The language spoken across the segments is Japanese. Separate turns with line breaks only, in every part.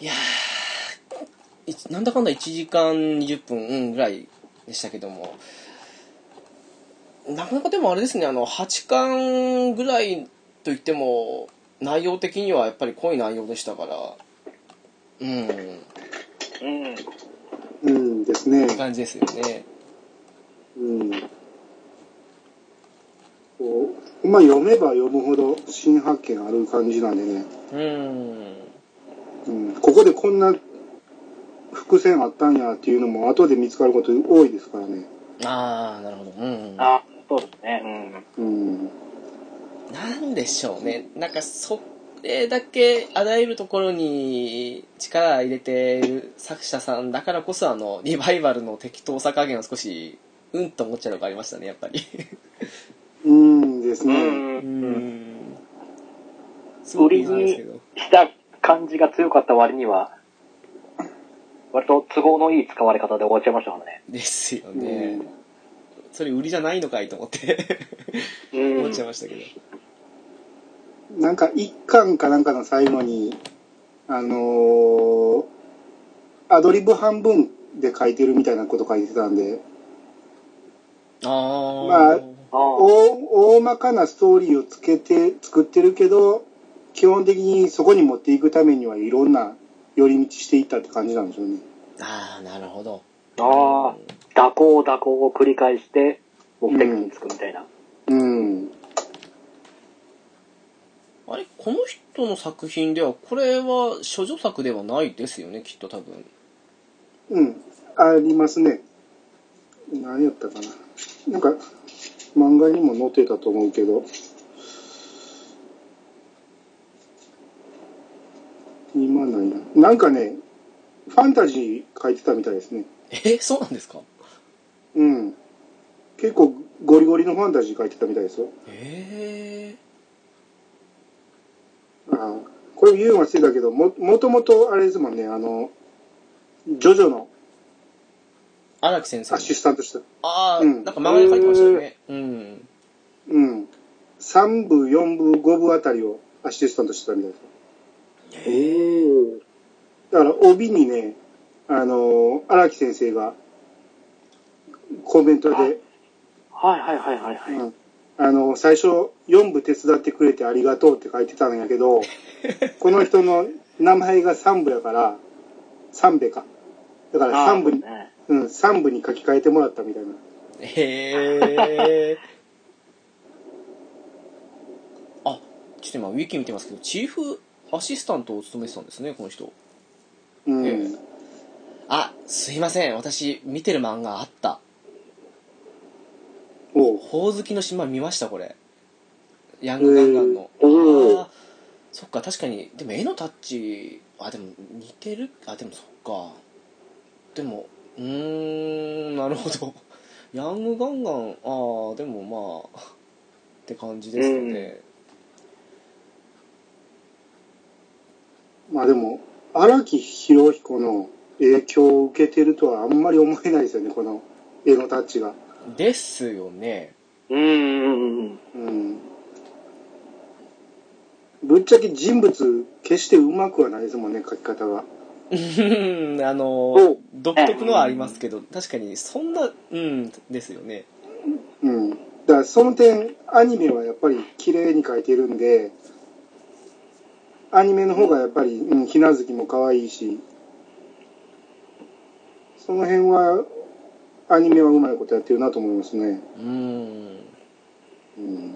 いやーいつなんだかんだ1時間20分うんぐらいでしたけどもなかなかでもあれですねあの8巻ぐらいといっても内容的にはやっぱり濃い内容でしたからうんっ
うん。
うんですね
て。感じですよね
うん。こう、まあ読めば読むほど新発見ある感じなんでね。
うん
うん。ここでこんな伏線あったんやっていうのも後で見つかること多いですからね。
ああなるほどうん
あ、そうですね。うん。
うん。
なんでしょうねなんかそれだけあらゆるところに力入れてる作者さんだからこそあのリバイバルの適当さ加減を少しうんと思っちゃうのがありましたねやっぱり
うんです
う。
ね。
うん んすごくいいんですけど
した感じが強かった割には、割と都合のいい使われ方で終わっちゃいましたからね。
ですよ
うん
ね、それ売りじゃないのかいと思って
うん
思っちゃいましたけど
なんか一巻かなんかの最後に、あのーアドリブ半分で書いてるみたいなこと書いてたんで、
あー、
ま
ああ。
大大まかなストーリーをつけて作ってるけど基本的にそこに持っていくためにはいろんな寄り道していったって感じなんでしょうね。
ああなるほど
あ蛇行蛇行を繰り返して、目的に着くみたいな。
うん。
あれこの人の作品ではこれは処女作ではないですよねきっと多分
うん。ありますね。何やったかな。なんか漫画にも載ってたと思うけど。今ないな。なんかね、ファンタジー書いてたみたいですね。
えそうなんですか
うん。結構ゴリゴリのファンタジー書いてたみたいですよ。
ええ
あこれ言うのは失礼だけどももともとあれですもんねあのジョジョの
荒木先生
アシスタントした
ああ、
うん
なんか漫画で書いてましたよねうん
うん3部4部5部あたりをアシスタントしてたみたいです
ええ
だから帯にねあの荒木先生がコメントで、
はいはいはいはいはい。
うんあの最初4部手伝ってくれてありがとうって書いてたんやけ どこの人の名前が3部やから3部かだから
ああ
3部に、
ね
うん、3部に書き換えてもらったみたいな
へえ。あ、ちょっと今ウィキ見てますけど、チーフアシスタントを務めてたんですね、この人。
うん、
ええあ、すいません、私見てる漫画あった。
おう
ほおずきの島見ました、これ。ヤングガンガンの。
えー
あーそっか、確かに、でも絵のタッチ、あ、でも似てる、あ、でもそっか。でも、うーん、なるほど。 ヤングガンガン、ああ、でもまあ、って感じですかね。
まあでも荒木博彦の影響を受けてるとはあんまり思えないですよねこの絵のタッチが
ですよね。
うんうんうんうん。
うんぶっちゃけ人物決してうまくはないですもんね描き方が
うんあ
そ
の
う、
独特のはありますけど、確かにそんな、うん、ですよね。
うんだからその点アニメはやっぱり綺麗に描いてるんでアニメの方がやっぱり、うん、ひなずきも可愛いしその辺はアニメはうまいことやってるなと思いますね、
うん。
うん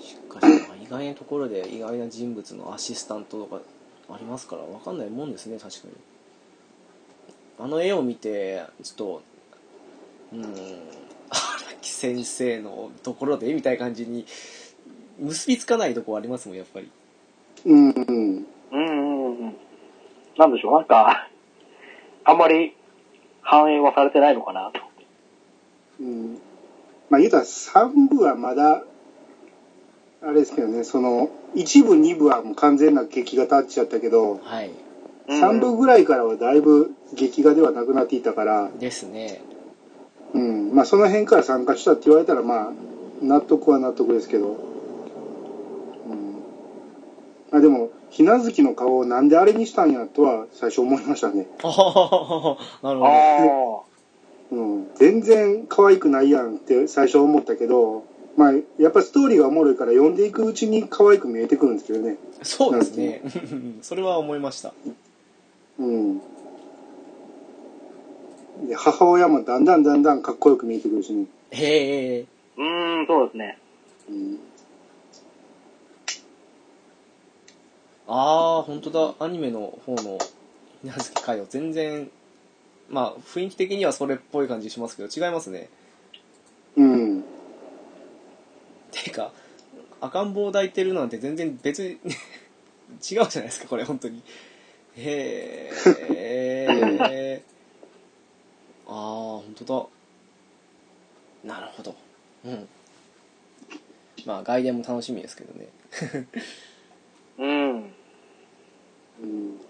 しかし、まあ意外なところで意外な人物のアシスタントとかありますから分かんないもんですね確かにあの絵を見てちょっとうーん荒木先生のところでみたいな感じに結びつかないとこありますもんやっぱり
うんうん
うんうんうん。なんでしょう、なんか、あんまり反映はされてないのかなと。
うんまあ言うたら3部はまだあれですけどねその1部2部はもう完全な劇画タッチやったけど
はい
うん
3部ぐらいからはだいぶ劇画ではなくなっていたから、
ですね
うんまあ、その辺から参加したって言われたらまあ納得は納得ですけど、うんあでも、ひなずきの顔をなんであれにしたんやとは最初思いましたね。
あははなるほど
あ
うん、全然可愛くないやんって最初思ったけど、まあ、やっぱストーリーがおもろいから読んでいくうちに可愛く見えてくるんですけどね。
そうですねそれは思いました
うん。で、母親もだんだんだんだんかっこよく見えてくるしね。
へえ
ー。うーん、そうですね。
うん。
ああ本当だアニメの方のひなずき回を全然まあ雰囲気的にはそれっぽい感じしますけど違いますね
うん。
ていうか赤ん坊抱いてるなんて全然別に 違うじゃないですかこれ本当にへえああ本当だなるほどうんまあ外伝も楽しみですけどね
うん。
うん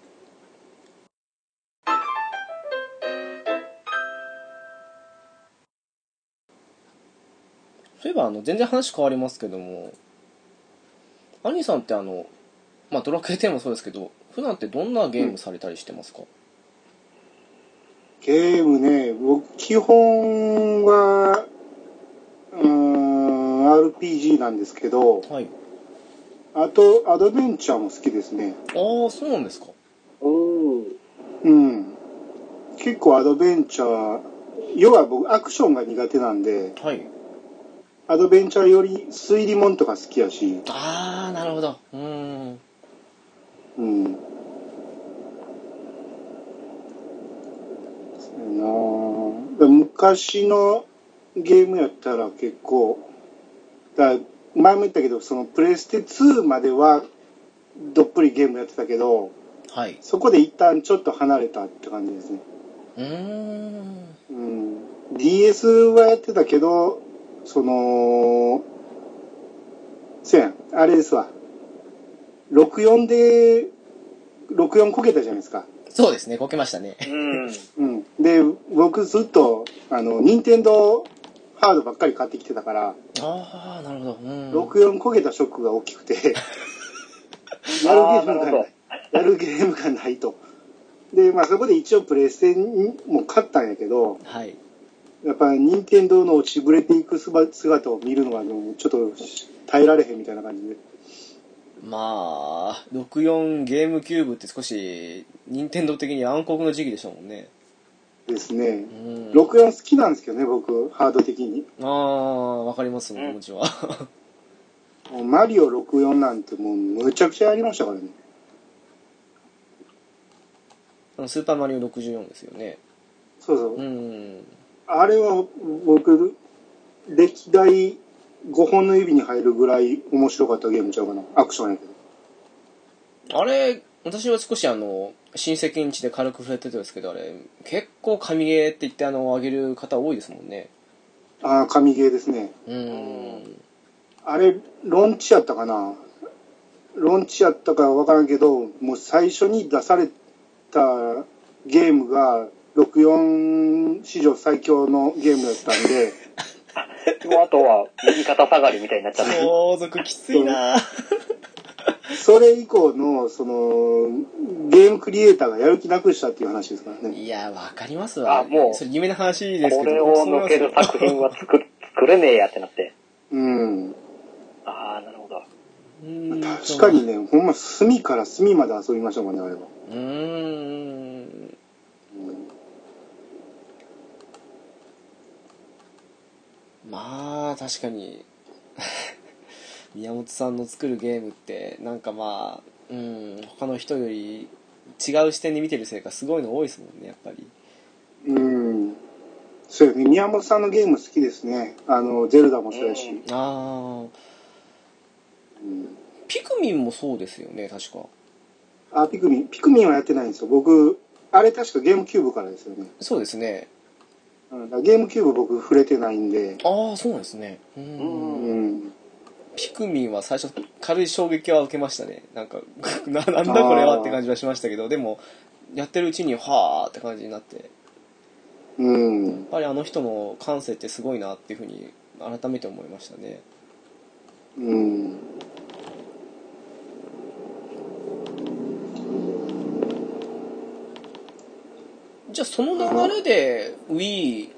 そういえばあの全然話変わりますけどもアニさんってあのまあドラクエ10もそうですけど普段ってどんなゲームされたりしてますか、
ゲームね、僕、基本は、うーん、RPG なんですけど、
はい
あと、アドベンチャーも好きですね。
ああそうなんですか
おお。
うん。結構アドベンチャー、要は僕、アクションが苦手なんで、
はい
アドベンチャーより推理もんとか好きやし、
ああなるほどうーん
うん。そうやなあ昔のゲームやったら結構、だから前も言ったけど、そのプレステ2まではどっぷりゲームやってたけど、
はいう
そこで一旦ちょっと離れたって感じですね。
ーん
うん、DS はやってたけど、その、せやん、あれですわ。64で、64こけたじゃないですか。
そうですねこけましたね
うん。
うん。で、僕ずっと、あの、任天堂ハードばっかり買ってきてたから、
ああなるほどうーん
64こけたショックが大きくて、 やるゲームがない。やるゲームがないと。で、まあそこで一応プレイステンも買ったんやけど、
はい
やっぱ任天堂の落ちぶれていく姿を見るのはもうちょっと耐えられへんみたいな感じで。
まあ64ゲームキューブって少し任天堂的に暗黒の時期でしたもんね
ですね
う。ーん
64好きなんですけどね、僕、ハード的に。
ああわかりますその
うん
気持ちは
もうマリオ64なんてもうむちゃくちゃやりましたからね。
あのスーパーマリオ64ですよね
そうそう
う。ーん
あれは僕、歴代5本の指に入るぐらい面白かったゲームちゃうかな。アクションやけど。
あれ私は少しあの親戚ん家で軽く触れてたんですけどあれ結構神ゲーって言ってあの上げる方多いですもんね
ああ、神ゲーですね。
うーん
あれ、ロンチやったかなロンチやったかわからんけど、もう最初に出されたゲームが、64史上最強のゲームだったんで、
もうあとは、右肩下がりみたいになっちゃって。
相続きついな
それ以降の、その、ゲームクリエイターがやる気なくしたっていう話ですからね。
いやわかりますわ
あもう
それ夢の話です
こ
けど
れを抜ける 作品は 作る、作れねえやってなって。
うん。
ああ、なるほど。
確かにね、ほんま隅から隅まで遊びましたもんね、あれは。
うーんまあ確かに 宮本さんの作るゲームってなんかまあうん他の人より違う視点で見てるせいかすごいの多いですもんねやっぱり
うん。そうやね、宮本さんのゲーム好きですね。あの、ゼルダもそうやし。
ああ
うん
ピクミンもそうですよね確か
あ、ピクミン。ピクミンはやってないんですよ。僕、あれ確かゲームキューブからですよね。
そうですね
うん、だからゲームキューブ僕触れてないんで。
ああそうなんですねう
う
ーん
ん。
ピクミンは最初軽い衝撃は受けましたねなんか ななんだこれはって感じはしましたけどでもやってるうちにはあって感じになってやっ
うん。
ぱりあの人の感性ってすごいなっていうふうに改めて思いましたね
うん。
じゃあその流れで Wii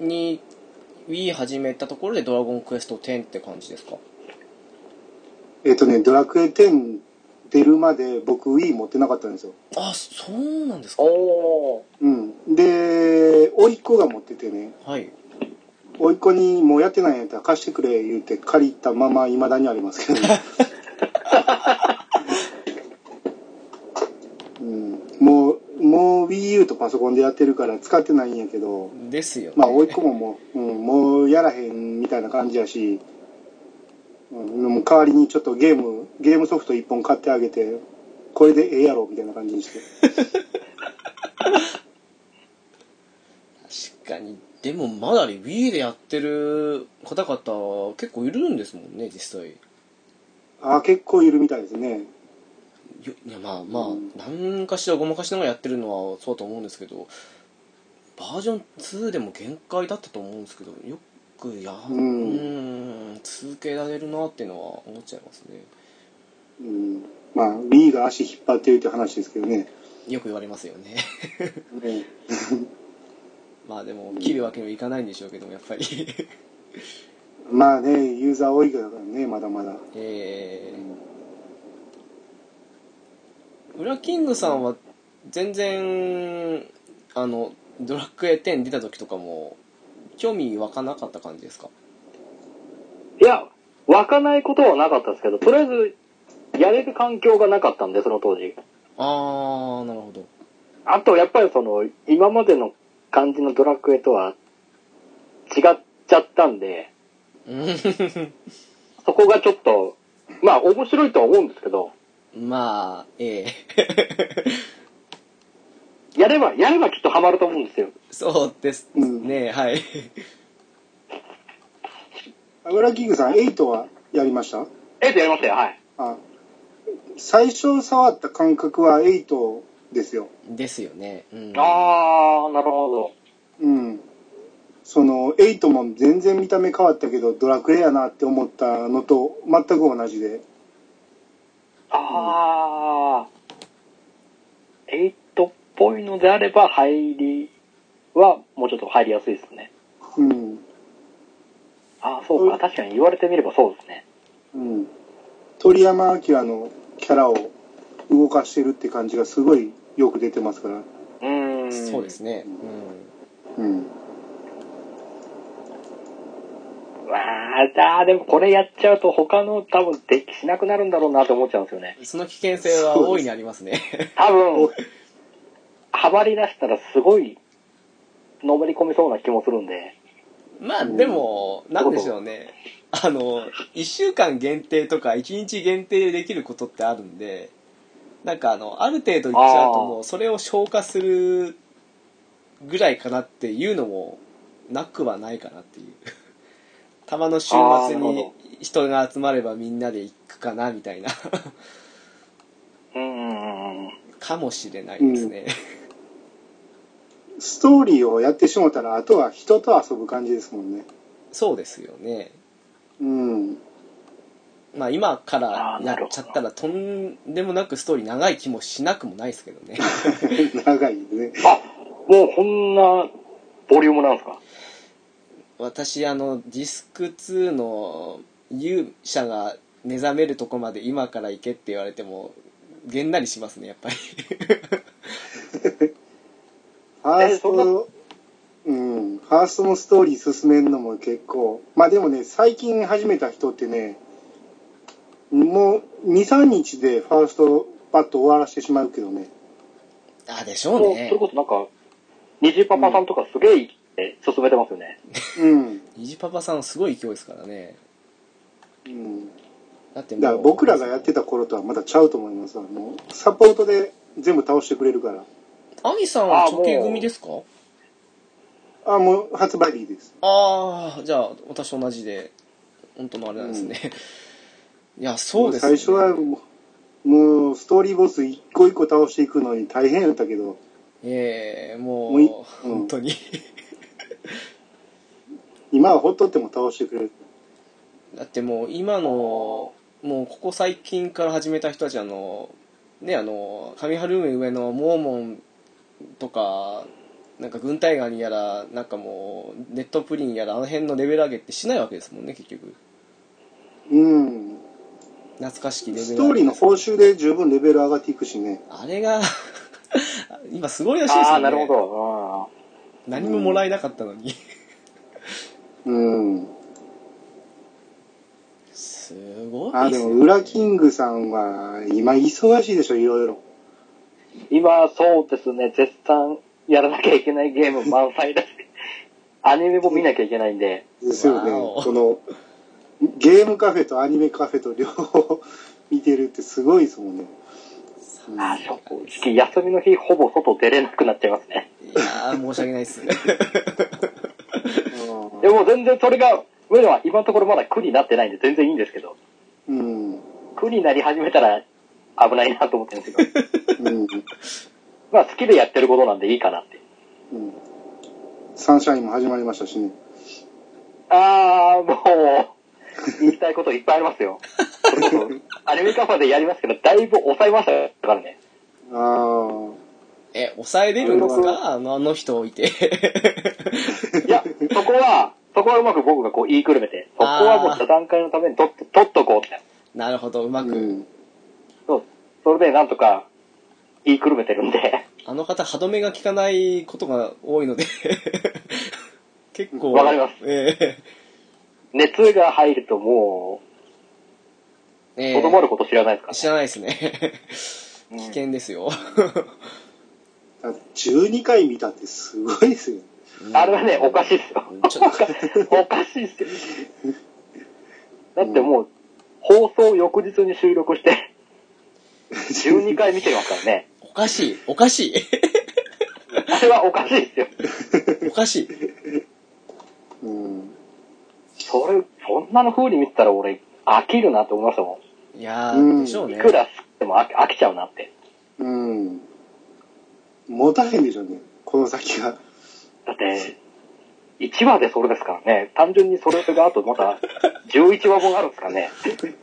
に Wii 始めたところでドラゴンクエスト10って感じですか
えっ、とね、ドラクエ10出るまで僕 Wii 持ってなかったんですよ。
あそうなんですか
おお。
うん。で、甥いっ子が持っててね、
はい
甥いっ子にもうやってないんやったら貸してくれ言うて借りたまま未だにありますけど。うん、もう、もう Wii U とパソコンでやってるから使ってないんやけど、
ですよね、
まあ、甥いっ子ももう、うん、もうやらへんみたいな感じやし、うん、でも代わりにちょっとゲーム、ゲームソフト1本買ってあげて、これでええやろみたいな感じにして。
確かにでもまだね Wii でやってる方々結構いるんですもんね実際
ああ、結構いるみたいですね。
よいやまあまあ、
うん
何かしらごまかしながらやってるのはそうだと思うんですけどバージョン2でも限界だったと思うんですけどよくやう
うん
ん続けられるなっていうのは思っちゃいますね
うん、まあ、Wii が足引っ張ってるって話ですけどね。
よく言われますよね
ね
まあでも切るわけにはいかないんでしょうけどもやっぱり
まあね、ユーザー多いからね、まだまだ。
えー、ウラキングさんは全然あのドラクエ10出た時とかも興味湧かなかった感じですか
いや、湧かないことはなかったですけど、とりあえず、やれる環境がなかったんで、その当時。
ああなるほど
あと、やっぱりその、今までの感じのドラクエとは、違っちゃったんで、
うん
そこがちょっと、まあ、面白いとは思うんですけど、
まあええ
やれば、やればきっとハマると思うんですよ。
そうです
うん。
ねはい
アグラキングさん、8はやりました
えっとやりましたよ、はい。
あ最初触った感覚は8ですよ。
ですよねうん
あー、なるほど。
うん。その、8も全然見た目変わったけど、ドラクエやなって思ったのと全く同じで。
あー、エイトっぽいのであれば、入りは、もうちょっと入りやすいですね。
うん。
あー、そうか、確かに言われてみればそうですね。
うん。鳥山明のキャラを動かしてるって感じがすごいよく出てますから。
うーん。
そうですね
うん。
わあ、あーでもこれやっちゃうと他の多分デッキしなくなるんだろうなと思っちゃうんですよね
う。んその危険性は大いにありますね
多分、はまり出したらすごい、のめり込みそうな気もするんで。
まあでもなんでしょうねあの1週間限定とか1日限定でできることってあるんでなんかあのある程度いっちゃうともうそれを消化するぐらいかなっていうのもなくはないかな っていうたまの週末
あーなる
に
ほ
人が集まればみんなで行くかなみたい な
うんうんうん。
かもしれないですね、
ストーリーをやってしもたら、あとは人と遊ぶ感じですもんね。
そうですよね
うん。
まあ今から
あー
や
な
っ
るほど
ちゃったらとんでもなくストーリー長い気もしなくもないですけどね
長いね。
あ、もうこんなボリュームなんですか
私あのディスク2の勇者が目覚めるとこまで今から行けって言われてもげんなりしますねやっ ぱり
ファース
えそんな
ト、うん、ファーストのストーリー進めるのも結構、まあでもね、最近始めた人ってね、もう2、3日でファーストパッと終わらせてしまうけどね。
あでしょう
そ
ね
れこそなんか、虹パパさんとかすげええ進めてますよね。
うん。
虹パパさんすごい勢いですからね
うん、
だってもう
だから僕らがやってた頃とはまだちゃうと思いますわ。もうサポートで全部倒してくれるから。
アミさんは
あもう
直系組ですか
あ、もう発売日です。
ああじゃあ私と同じで本当のあれなんですね、いやそうです、ね、
最初はもう、もうストーリーボス一個一個倒していくのに大変やったけど、
ええ
もうい
もう
うん
本当に、
今はほっとっても倒してくれる。
だってもう今のもうここ最近から始めた人たちあのねあの上春梅上のモーモンとかなんか軍隊ガニやらなんかもうネットプリンやらあの辺のレベル上げってしないわけですもんね結局
うん。
懐かしきレベル上
ス
げ
トーリーの報酬で十分レベル上がっていくしね。
あれが 今すごいらしいですよね
ああ、なるほど。
何ももらえなかったのに
うん。
すごい
あ、
で
ですも、
よ
ウラキングさんは、今忙しいでしょ、いろいろ。
うん今、そうですね、絶賛やらなきゃいけないゲーム満載だし、アニメも見なきゃいけないんで、
ですよ
わお
ね。この、ゲームカフェとアニメカフェと両方見てるってすごいですもんね。うん
あー正直、休みの日、ほぼ外出れなくなっちゃいますね。
いやー申し訳ないっす
でも全然それが、上野は今のところまだ苦になってないんで全然いいんですけど、
うん。うん。
苦になり始めたら危ないなと思ってるんですけ ど、
うん。
まあ好きでやってることなんでいいかなって。
うんサンシャインも始まりましたしね。
ああ、もう、言いたいこといっぱいありますよ。それこそアニメカファでやりますけど、だいぶ抑えましたからね。
ああ。
え抑えれるんですかあのあの人置いて
いや、そこは、そこはうまく僕がこう言いくるめて、そこはもう座談会のために取っと取っとこうって。
なるほどうま
う
く、
ん。
そうそれでなんとか言いくるめてるんで、
あの方歯止めが効かないことが多いので 結構
わかります
ええ
熱が入るともう、
ええ
とどまること知らないですから
知らないですね
うん
危険ですよ、
だって12回見たってすごいですよ。
あれはね、おかしいですよ。
ちょっと
おかしいっすよ。だってもう、放送翌日に収録して、12回見てますからね。
おかしいおかしい
あれはおかしいっすよ。
おかしい
うん。
それ、そんなの風に見てたら俺、飽きるなって思いましたも。
いやー、
うん
でしょうん
い
ね
くら吸っても飽き飽きちゃうなって。
うん。持たへんでしょうね。この先が。
だって、1話でそれですからね。単純にそれがあとまた、11話分あるんですからね。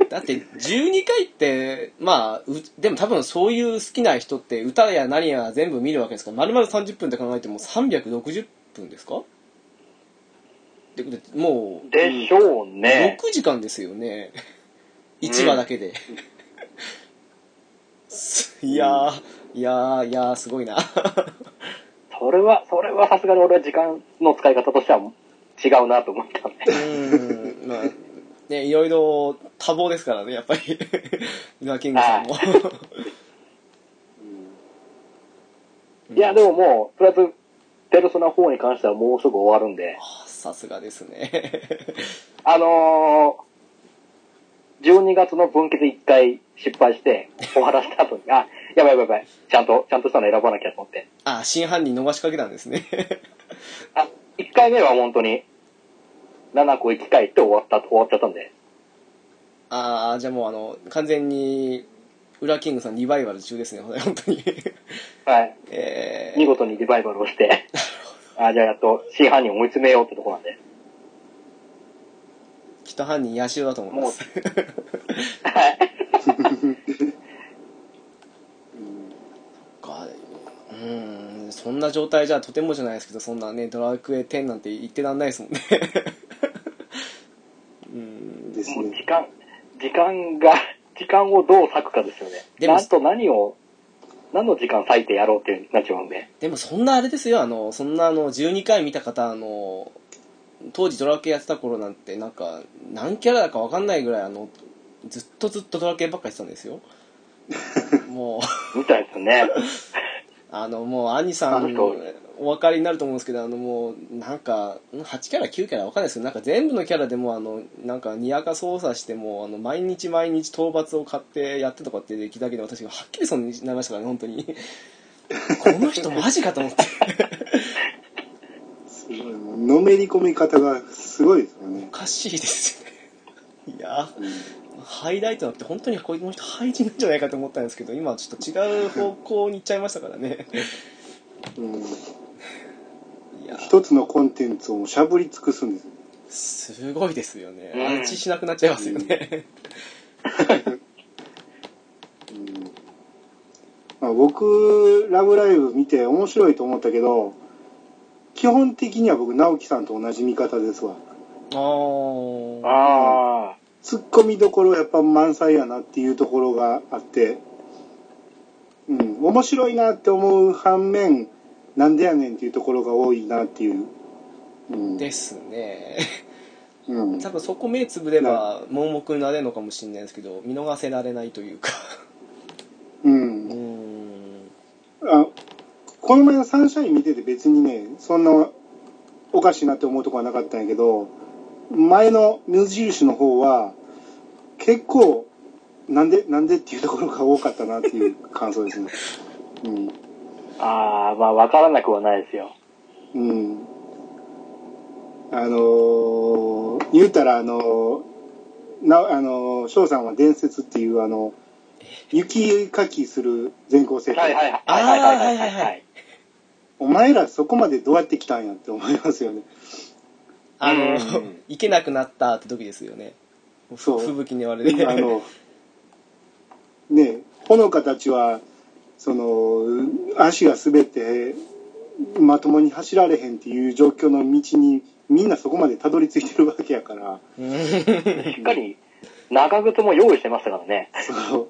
だって12回ってまあうでも多分そういう好きな人って歌や何や全部見るわけですから丸々30分って考えても360分ですかででもう
でしょうね。
6時間ですよね1話だけで、いやーいやーいやーすごいな
それは、それはさすがに俺は時間の使い方としては違うなと思ったんで。
うんまあねいろいろ多忙ですからねやっぱり ルナキングさんも
いや、でももう、とりあえず、ペルソナ4に関してはもうすぐ終わるんで、
あ さすがですね
あのー、12月の分岐で1回失敗して、終わらせた後に、あ、やばいやばいやばい、ちゃんと、ちゃんとしたの選ばなきゃと思って。
あ真犯人逃しかけたんですね
あ、1回目は本当に、7個行き返って終わった、終わっちゃったんで。
ああじゃあもうあの完全にウラキングさんリバイバル中ですね本当に
はい。
え
見事にリバイバルを して、あ、じゃあやっと真犯人を追い詰めようってとこなんで。
ー、きっと犯人ヤシオだと思います
はい。
かうーんそんな状態じゃとてもじゃないですけどそんなねドラクエ10なんて言ってらんないですもんねうん
です
もう
ね。
時間、時間が、時間をどう割くかですよね。
でも
なんと何を、何の時間割いてやろうってなっちゃうんで。
でもそんなあれですよあのそんなあの12回見た方あの当時ドラクエやってた頃なんてなんか何キャラだか分かんないぐらいあのずっとずっとドラクエばっかりしてたん ですよもう
みたいです よね。
あのもう兄さ
あの
ん
人
お分かりになると思うんですけどあのもうなんか8キャラ9キャラ分かんないですけどなんか全部のキャラでもあのなんかにやか操作してもあの毎日毎日討伐を買ってやってとかってできただけで私がはっきりそになりましたからね本当にこの人マジかと思って
すごい。のめり込み方がすごいですよね
お。かしいですよねいやハイライトなくて本当にこの人廃人なんじゃないかと思ったんですけど今はちょっと違う方向に行っちゃいましたからね
うん。
いや
一つのコンテンツをしゃぶり尽くすんですよ。
すごいですよね
うん
安置しなくなっちゃいますよね
うんまあ、僕、ラブライブ見て面白いと思ったけど、基本的には僕直樹さんと同じ見方ですわ
あー
ああ。
ツッコミどころやっぱ満載やなっていうところがあってうん面白いなって思う反面なんでやねんっていうところが多いなっていう、うん、
ですね
うん、
多分そこ目つぶれば盲目になれるのかもしれないですけど見逃せられないという か
う、
うんん
あこの前のサンシャイン見てて別にねそんなおかしいなって思うとこはなかったんやけど前の無印の方は結構なんでなんでっていうところが多かったなっていう感想です ね。うん
ああ、まあ、わからなくはないですよ。
うんあのー言うたらあのーなあのー翔さんは伝説っていうあの雪かきする全校生徒、
はいはいはいはいはい
あーは
はいはいい、
はいは
お前らそこまでどうやって来たんやって思いますよね。
あの、
うん
行けなくなったって時ですよね
そう
吹雪に言われて
あ の、ね、ほのかたちは、その、足が滑って、まともに走られへんっていう状況の道に、みんなそこまでたどり着いてるわけやから、
しっかり、長靴も用意してましたからね。
そ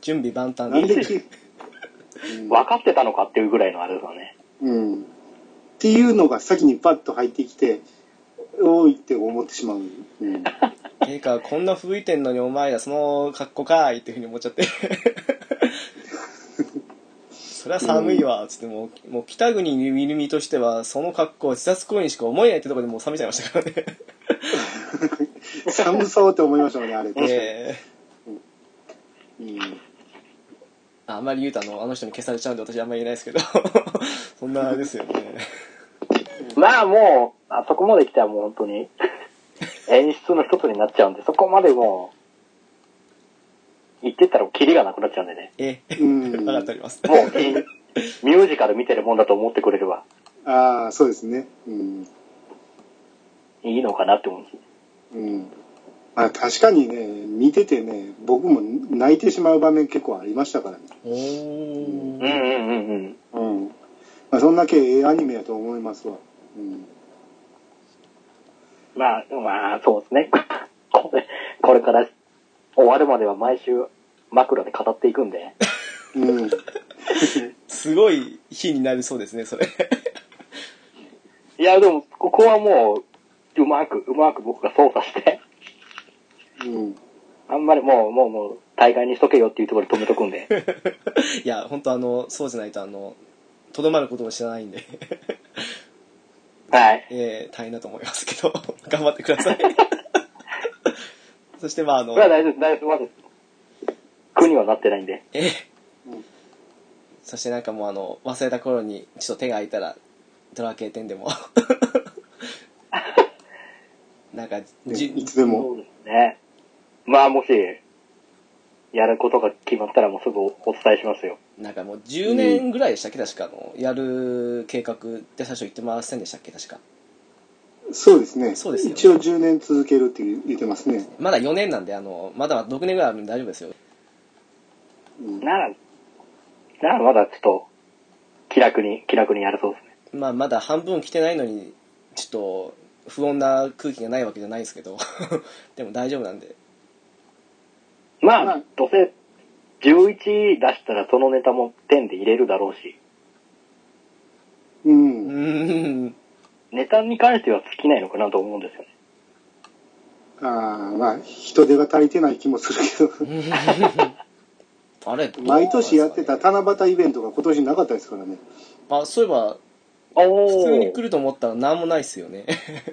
準備万
の
端
なん
で
でき、
分かってたのかっていうぐらいのあれですよね。
うん。うん。っていうのが先にパッと入ってきて、おいって思ってしまう。うん。
ていうかこんな吹いてんのにお前らその格好かーいっていうふうに思っちゃって そりゃ寒いわっつってもうもう北国にいる身としてはその格好は自殺行為にしか思えないってところでもう冷めちゃいましたからね
寒そうって思いましたもんね、あれ。確かに。
えー
うん
あ あんまり言うとあのあの人に消されちゃうんで私あんまり言えないですけど そんなあれですよね
まあもう、あそこまで来たらもう本当 に、演出の一つになっちゃうんで、そこまでもう、行ってったらキリがなくなっちゃうんでね。
ええ
うん
分かっております
もう、 ミュージカル見てるもんだと思ってくれれば
ああ、そうですね。うん。
いいのかなって思うんです。
うんまあ確かにね、見ててね、僕も泣いてしまう場面結構ありましたからね。
おお
うんうんうんうん。
うん。まあそんだけええアニメやと思いますわ。うん。
まあ、まあ、そうですね。 これ、これから終わるまでは毎週枕で語っていくんで。
うん。
すごい日になりそうですねそれ
いや、でも、ここはもう、うまく、うまく僕が操作して、
うん。
あんまりもう、もう、もう、大概にしとけよっていうところで止めとくんで。
いや本当あのそうじゃないとあのとどまることも知らないんで、
はい。
えー大変だと思いますけど 頑張ってください そしてまああの
これは大丈夫、大丈夫、まだ、苦にはなってないんで。
えーそしてなんかもうあの忘れた頃にちょっと手が空いたらドラケー10でもなんかじ
いつでも。
うですね。まあ、もし、やることが決まったらもうすぐお伝えしますよ。
なんかもう10年ぐらいでしたっけ確かあのやる計画って最初言ってませんでしたっけ確か
そうですね。
そうですよね
一応10年続けるって言ってますね。
まだ4年なんであのまだ6年ぐらいあるんで大丈夫ですよ
うん
なら、ならまだちょっと、気楽に、気楽にやれそうですね。
まあまだ半分来てないのにちょっと不穏な空気がないわけじゃないですけど でも大丈夫なんで
ま
は
あ
い、
どうせ、11出したらそのネタも10で入れるだろうし、
う。
うんーん
ネタに関しては尽きないのかなと思うんですよね。
ああ、まあ、人手が足りてない気もするけ
あれ
ど、 毎年やってた
た
七夕イベントが今年なかったですからね。
あそういえば
お
普通に来ると思ったら何もないっすよね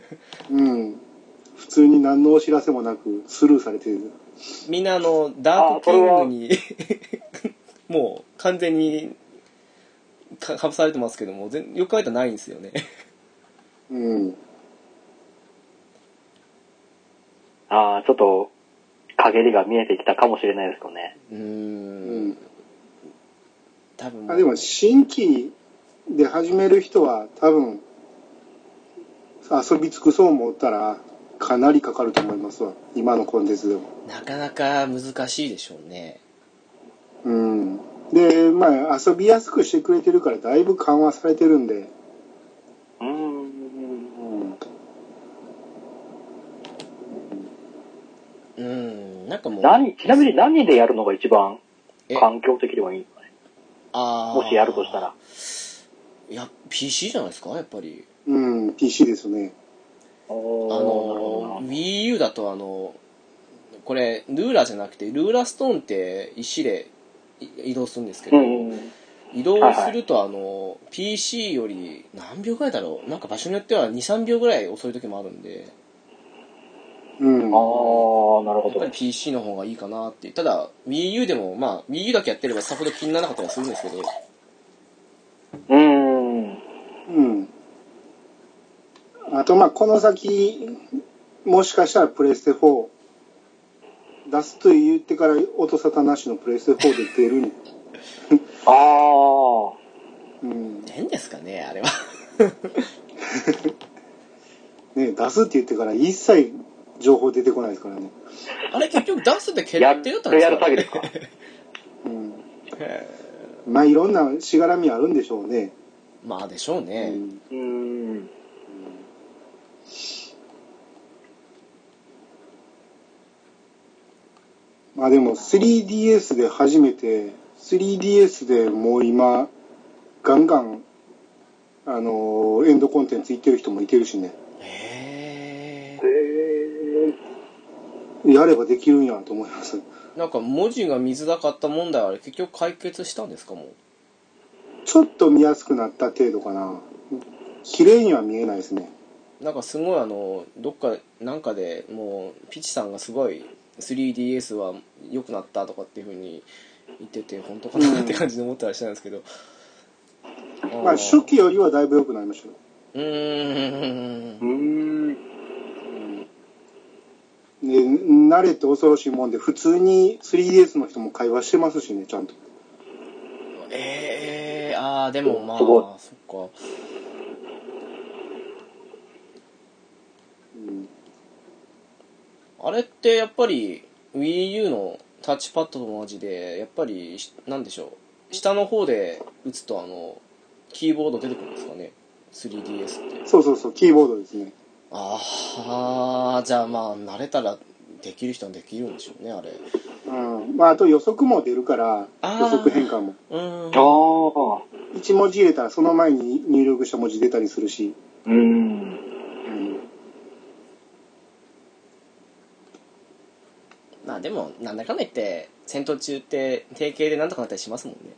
うん。普通に何のお知らせもなくスルーされてる。
みんなあのダークキングに もう完全にかかぶされてますけども全よく考えたらないんですよね
うん。
ああ、ちょっと、陰りが見えてきたかもしれないですよね。
うー
うん
ん多分
あでも新規で始める人は多分遊び尽くそう思ったらかなりかかると思いますわ今のコンテンツでも
なかなか難しいでしょうね
うんでまあ遊びやすくしてくれてるからだいぶ緩和されてるんで
うーん。
うんなんかもう
何、ちなみに何でやるのが一番
え
環境的ではいいのかね。
あー
もしやるとしたら。
いや PC じゃないですかやっぱり
うん、PC ですね。
あ
あの
の WiiU だとあのこれルーラーじゃなくてルーラーストーンって石でい移動するんですけど、
うんうん。
移動するとあの PC より何秒ぐらいだろうなんか場所によっては23秒ぐらい遅い時もあるんで
うん。
ああ、なる
や
ほ
っぱり
ど。
PC の方がいいかなってただ WiiU でもまあ WiiU だけやってればさほど気にならなかったりはするんですけど
うん。
うん。あと、まあ、この先、もしかしたらプレステ4出すと言ってから音沙汰なしのプレステ4で出るん。
ああ。
うん。
変ですかねあれは
ね、出すって言ってから一切情報出てこないですからね。
あれ結局出すって決定だ
や
っ
る、
たんです
そ
か、ね、
れやる詐欺ですか。
うん。まあ、いろんなしがらみあるんでしょうね。
まあでしょう
う
ね、
ん。
うん。
まあでも 3DS で初めて 3DS でもう今ガンガンあのーエンドコンテンツいってる人もいてるしね
へえ
やればできるんやと思います
なんか文字が水だかった問題はあれ結局解決したんですかもう
ちょっと見やすくなった程度かな綺麗には見えないですね
なんかすごいあのどっかなんかでもうピチさんがすごい 3DS は良くなったとかっていう風に言ってて本当かなって感じで思ったりしたんですけど、ー
まあ初期よりはだいぶ良くなりましたよ
うー
うんん。
で慣れて恐ろしいもんで普通に 3DS の人も会話してますしねちゃんと
えー、ああでもまあ
すごい
そっか
うん
あれってやっぱり WiiU のタッチパッドと同じでやっぱりしなんでしょう下の方で打つとあのキーボード出てくるんですかね 3DS って
そうそうそうキーボードですね
ああじゃあまあ慣れたらできる人はできるんでしょうねあれ
うんまああと予測も出るから
あー
予測変換も
うーん
ああ。
1文字入れたらその前に入力した文字出たりするし、
うん。
まあでもなんだかんだ言って戦闘中って定型でなんとかなったりしますもんね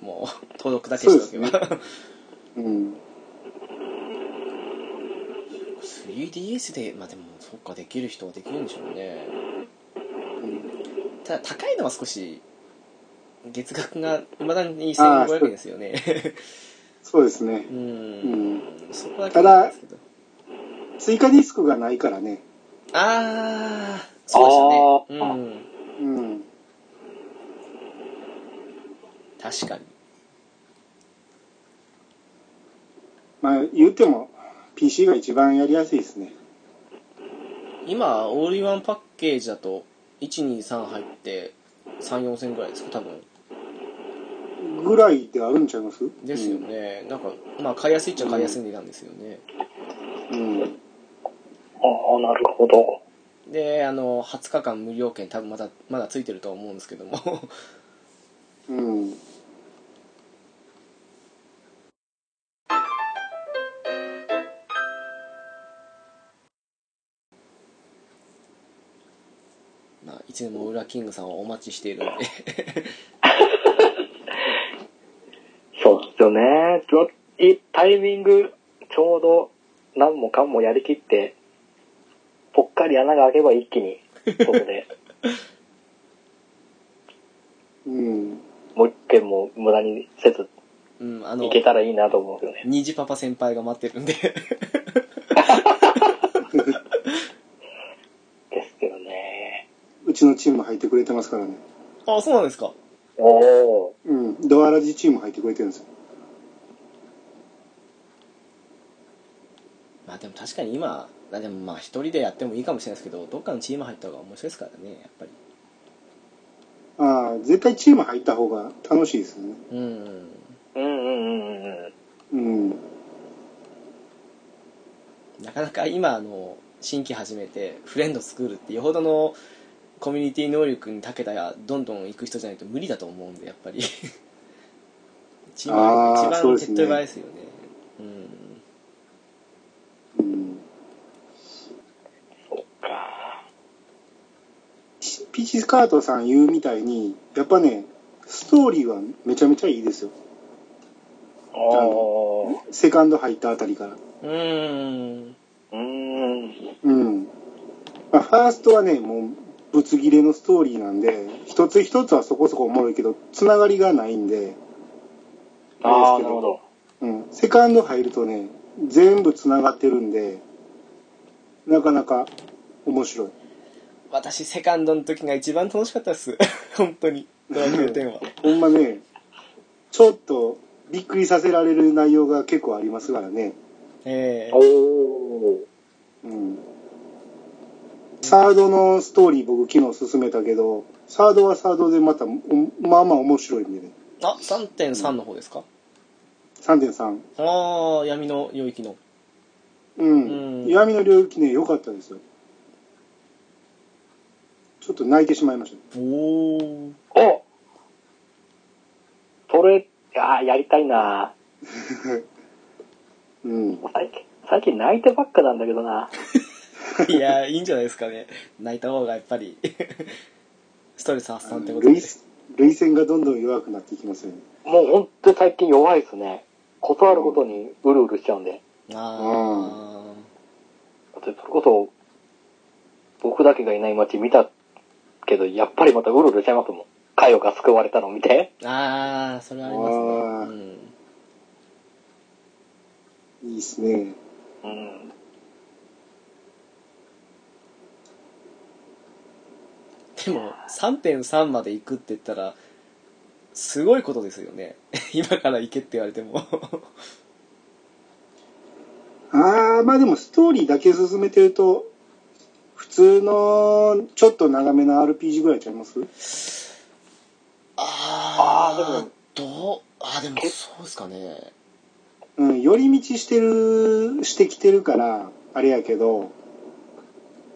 もう登録だけしておけば、
うん、
3DS でまあでもそっかできる人はできるんでしょうねただ高いのは少し月額がいまだに1500円ですよね
そうですね
う、
うんん、
そこだけ
ただ
なんですけど
追加ディスクがないからね、
ああそうでしたね
あー
うん
うん、
確かに
まあ言っても PC が一番やりやすいですね
今オールインワンパッケージだと123入って34000ぐらいですか多分
ぐらいであるんちゃいます
ですよ、ね、なんかまあ買いやすいっちゃ買いやすいんでなんですよね、
うんうん
ああ、なるほど。
であの20日間無料券多分まだまだついてるとは思うんですけども
うん、
まあいつでもウラキングさんをお待ちしているので
そうですよね。ちょいタイミング、ちょうど何もかもやりきって、ぽっかり穴が開けば一気に、そこで、
うん、
もう一件も無駄にせず、
うんあ
い
の
けたらいいなと思うんですよね。
虹パパ先輩が待ってるんで
ですけどね。
うちのチーム入ってくれてますからね、
あそうなんですか
おお。
うん、ドアラジチーム入ってくれてるんですよ
まあでも確かに今あでもまあ一人でやってもいいかもしれないですけどどっかのチーム入った方が面白いですからねやっぱり
ああ絶対チーム入った方が楽しいですよね
うん
うんうんうんうんうん。
うん
なかなか今あの新規始めてフレンド作るってよほどのコミュニティ能力に長けたらどんどん行く人じゃないと無理だと思うんでやっぱ り一番
あー
一番
そう
の
で
手
すね
っ取り早いですよねうん
うんピチカートさん言うみたいにやっぱねストーリーはめちゃめちゃいいですよ
おー。
セカンド入ったあたりから
うーん
うーん。
うん、まあ、ファーストはねもうぶつ切れのストーリーなんで一つ一つはそこそこおもろいけどつながりがないんで
あ
あ
あ、
れ
な
ですけど
るほど。
うん、セカンド入るとね全部つながってるんでなかなか面白い
私セカンドの時が一番楽しかったです 本当にドラクエ10は
ほんまねちょっとびっくりさせられる内容が結構ありますからね、
ええ
おー。
うん、サードのストーリー僕昨日進めたけどサードはサードでまたおまあまあ面白いんでね
あ3.3の方ですか、
3.3
ああ闇の領域の
うん、
うん
闇の領域ね良かったですよちょっと泣いてしまいまし
おお
おそれ、ああ、やりたいな
たうん
最近、最近泣いてばっかなんだけどな。
いやいいんじゃないですかね泣いた方がやっぱり ストレス発散ってことで
類類線がどんどん弱くなっていきますよね。
もうほんと最近弱いですね。断ることにうるうるしちゃうんで。
あ
だってそれこそ、僕だけがいない街見たけど、やっぱりまたうるうるしちゃいますもん。カヨが救われたの見て。
あああそれはありますね
いいっすね。
うん。
うん、でも3.3まで行くって言ったらすごいことですよね 今から行けって言われても
ああ、まあでもストーリーだけ進めてると、普通のちょっと長めの RPG ぐらいちゃいます
あ
あーでも
どうあーでもそうですかね
うん、寄り道してる、してきてるから、あれやけど、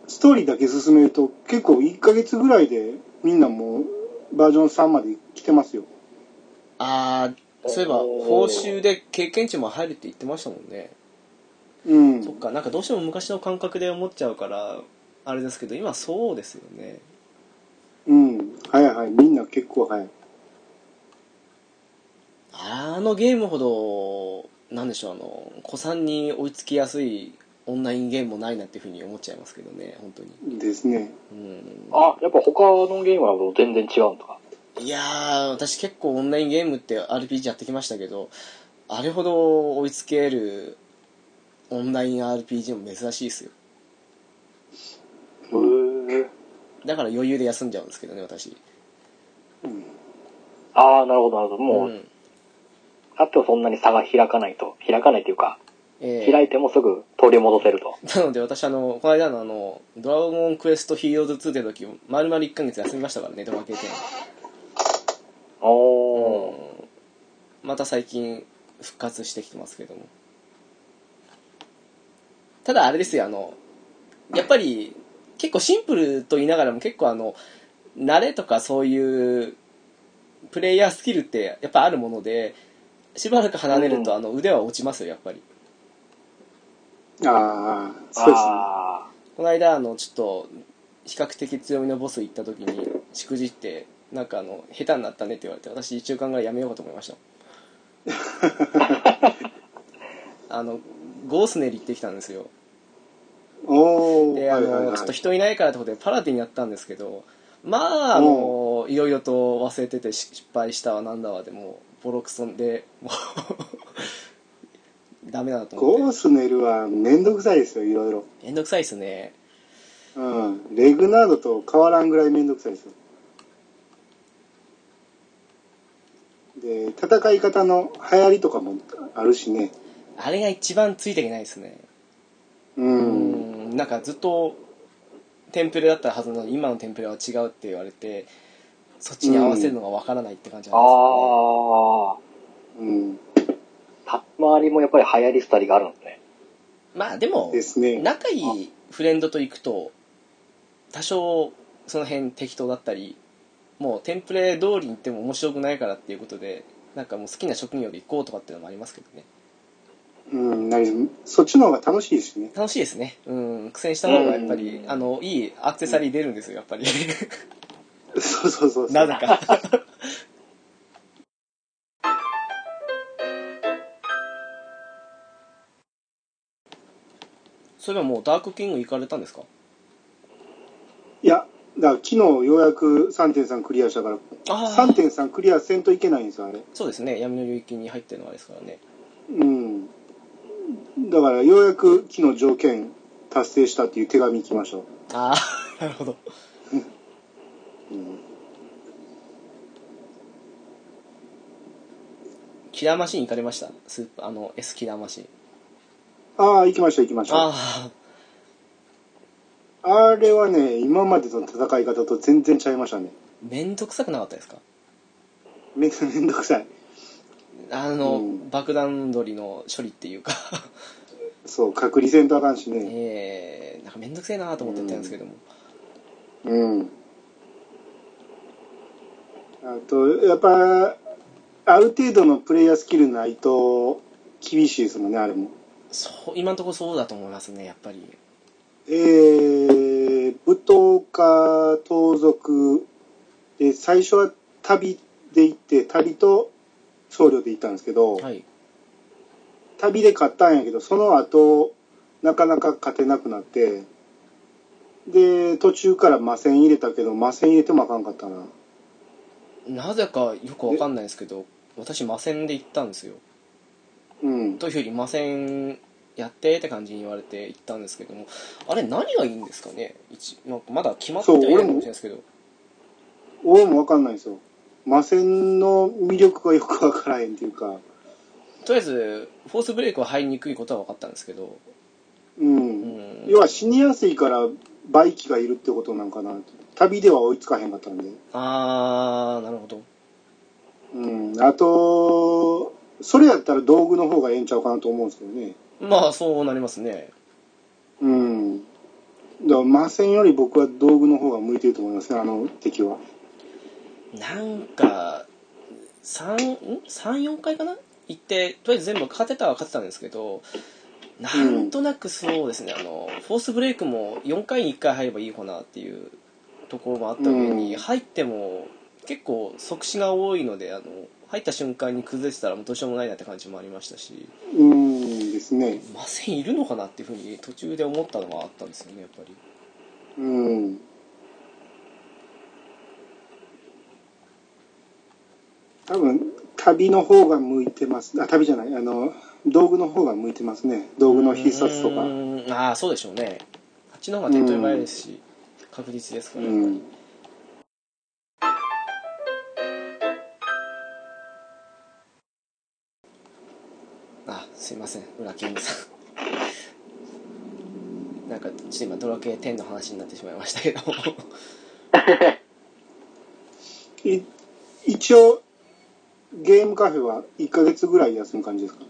ストーリーだけ進めると結構1ヶ月ぐらいでみんなもうバージョン3まで来てますよ。
ああそういえば報酬で経験値も入るって言ってましたもんね
うん。
そっかなんかどうしても昔の感覚で思っちゃうからあれですけど今そうですよね
うん。早い早い。みんな結構早い。
あのゲームほどなんでしょうあの子さんに追いつきやすいオンラインゲームもないなっていうふうに思っちゃいますけどね本当に
ですね。
うん
あ、やっぱ他のゲームはもう全然違うんとか。
いやー私結構オンラインゲームって RPG やってきましたけどあれほど追いつけるオンライン RPG も珍しいですよ
うー。
だから余裕で休んじゃうんですけどね私
ああ、なるほど、なるほど。もう、
ん
あってはそんなに差が開かないと。開かないというか、
えー
開いてもすぐ取り戻せると。
なので私あのこの間のあの「ドラゴンクエストヒーローズ2」出た時まるまる1ヶ月休みましたからねドラケン
おー。
うんまた最近復活してきてますけどもただあれですよあのやっぱり結構シンプルと言いながらも結構あの慣れとかそういうプレイヤースキルってやっぱあるものでしばらく離れるとあの腕は落ちますよやっぱり
ああ、そうですね。
あ
この間あのちょっと比較的強みのボス行った時にしくじってなんかあの下手になったねって言われて私1週間ぐらいやめようかと思いま したあのゴースネリ行ってきたんですよ
おお。
であ
はいはい
の
はい
ちょっと人いないからってことでパラティにやったんですけどまああのいろいろと忘れててし失敗したわなんだわでもうボロクソでもう ダメだなと
ゴ
思っ
ースネルはめんどくさいですよ、いろいろ。
てめんどくさいですね
うん。レグナードと変わらんぐらいめんどくさいですよ。で、戦い方の流行りとかもあるしね。
あれが一番ついていけないですね
うん。
うんなんかずっとテンプレだったはずなのに今のテンプレは違うって言われてそっちに合わせるのがわからないって感じ
ー。
なんですよ、
あー。
うん。
た、周りもやっぱり流行り廃りがあるんですね。
ねまあでも
ですね。
仲いいフレンドと行くと多少その辺適当だったりもうテンプレ通りに行っても面白くないからっていうことでなんかもう好きな職業で行こうとかっていうのもありますけどね
うん、なにそっちの方が楽しいですね。
楽しいですねうん苦戦した方がやっぱり
うん
あのいいアクセサリー出るんですよやっぱり
そうそうそうそう。
なぜか そういえばもうダークキング行かれたんですか
いや、だから昨日ようやく3.3クリアしたから、
ああ
3.3クリアせんといけないんですよ、あれ。
そうですね闇の領域に入ってるのはあれですからね
うん。だからようやく昨日条件達成したっていう手紙来ました。
ああなるほどキラーマシン行かれましたスーパーあの S キラーマシン
ああ、行きました行きました。あ
あ
れはね、今までの戦い方と全然ちゃいましたね。
あ面倒くさくなかったですか
め めんどくさい。
あの、
うん
爆弾取りの処理っていうか
そう、隔離せんとあかんしね。
ええなんか面倒くせえなと思ってやったんですけども、
うん。あと、やっぱ、ある程度のプレイヤースキルないと厳しいですもんね、あれも。
そう今のところそうだと思いますねやっぱり
えー、舞踏家、盗賊、で、最初は旅で行って、旅と僧侶で行ったんですけど、
はい
旅で勝ったんやけど、その後、なかなか勝てなくなって、で、途中から魔線入れたけど、魔線入れてもあかんかったな。
なぜかよくわかんないですけど私魔線で行ったんですよ
うん。
というより魔線やってって感じに言われて行ったんですけどもあれ何がいいんですかね一なんかまだ決まってはいないかもしれないですけど
俺もわかんないんですよ。魔線の魅力がよくわからへんっていうか、
とりあえずフォースブレイクは入りにくいことは分かったんですけど
うん。
うん
要は死にやすいから、バイキがいるってことなんかな。旅では追いつかへんかったんで。
あーなるほど
うん。あと、それやったら道具の方がええんちゃうかなと思うんですけどね。
まあそうなりますね
うん。だから魔線より僕は道具の方が向いてると思いますね、あの敵は。
なんか34回かな行ってとりあえず全部勝てたは勝てたんですけどなんとなくそうですね、あのフォースブレイクも4回に1回入ればいいかなっていうところもあった上に、
うん
入っても結構即死が多いのであの入った瞬間に崩れてたらもうどうしようもないなって感じもありましたし
うんですね。
魔線いるのかなっていうふうに途中で思ったのはあったんですよねやっぱり
うん。多分、旅の方が向いてます。あ、旅じゃない。あの、道具の方が向いてますね。道具の必殺と
う
か。
ーんああそうでしょうねあっちの方が手っ取り早いですし確実ですか
う
ら、
ん。
あすいません裏キングさんなんかちょっと今ドラクエ10の話になってしまいましたけど
い一応、ゲームカフェは1ヶ月ぐらい休む感じですか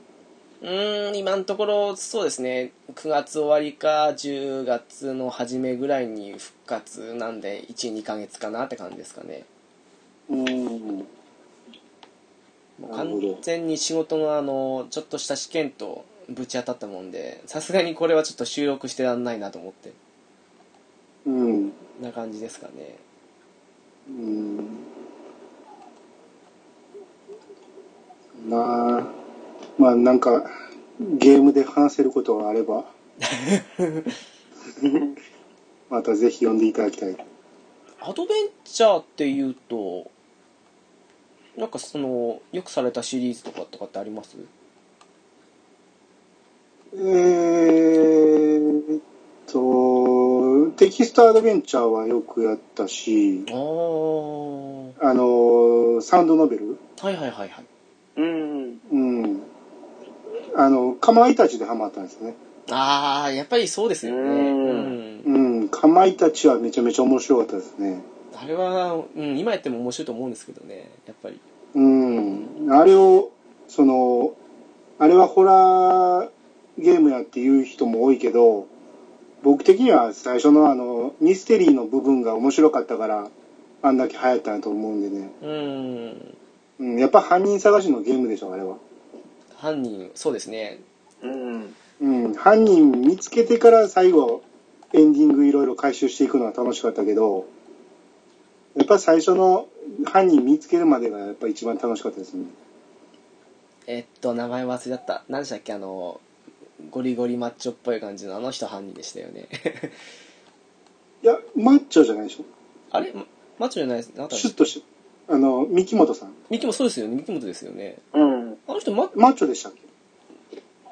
うーん今のところそうですね9月終わりか10月の初めぐらいに復活なんで12ヶ月かなって感じですかね
うん。
もう
なるほど
完全に仕事のあのちょっとした試験とぶち当たったもんでさすがにこれはちょっと収録してらんないなと思って
うん。
な感じですかね
うん。なあ、まあなんか、ゲームで話せることがあれば、またぜひ呼んでいただきたい。
アドベンチャーっていうとなんかそのよくされたシリーズとかとかってあります
えーっと、テキストアドベンチャーはよくやったし
あ、あは
あの、サウンドノベル
いはいはいはい
うん。
うん。あの、かまいたちでハマったんですね。
ああやっぱりそうですよねう
うんん、
うん、かまいたちはめちゃめちゃ面白かったですね。
あれは、うん、今やっても面白いと思うんですけどねやっぱり
うん、あれを、その、あれはホラーゲームやって言う人も多いけど、僕的には最初のあのミステリーの部分が面白かったからあんだけ流行ったんだと思うんでね、
うん
うん、やっぱ犯人探しのゲームでしょあれは、
犯人そうですね
うん。
うん、犯人見つけてから最後エンディングいろいろ回収していくのは楽しかったけどやっぱ最初の犯人見つけるまでがやっぱ一番楽しかったですね
えっと名前忘れちゃった何でしたっけあのゴリゴリマッチョっぽい感じのあの人犯人でしたよね
いやマッチョじゃないでしょ
あれママッチョじゃないですあなた
シュッとしてあの三木本さん
ミキもそうですよねミキモトですよね
うん。
あの人マ
マッチョでしたっけ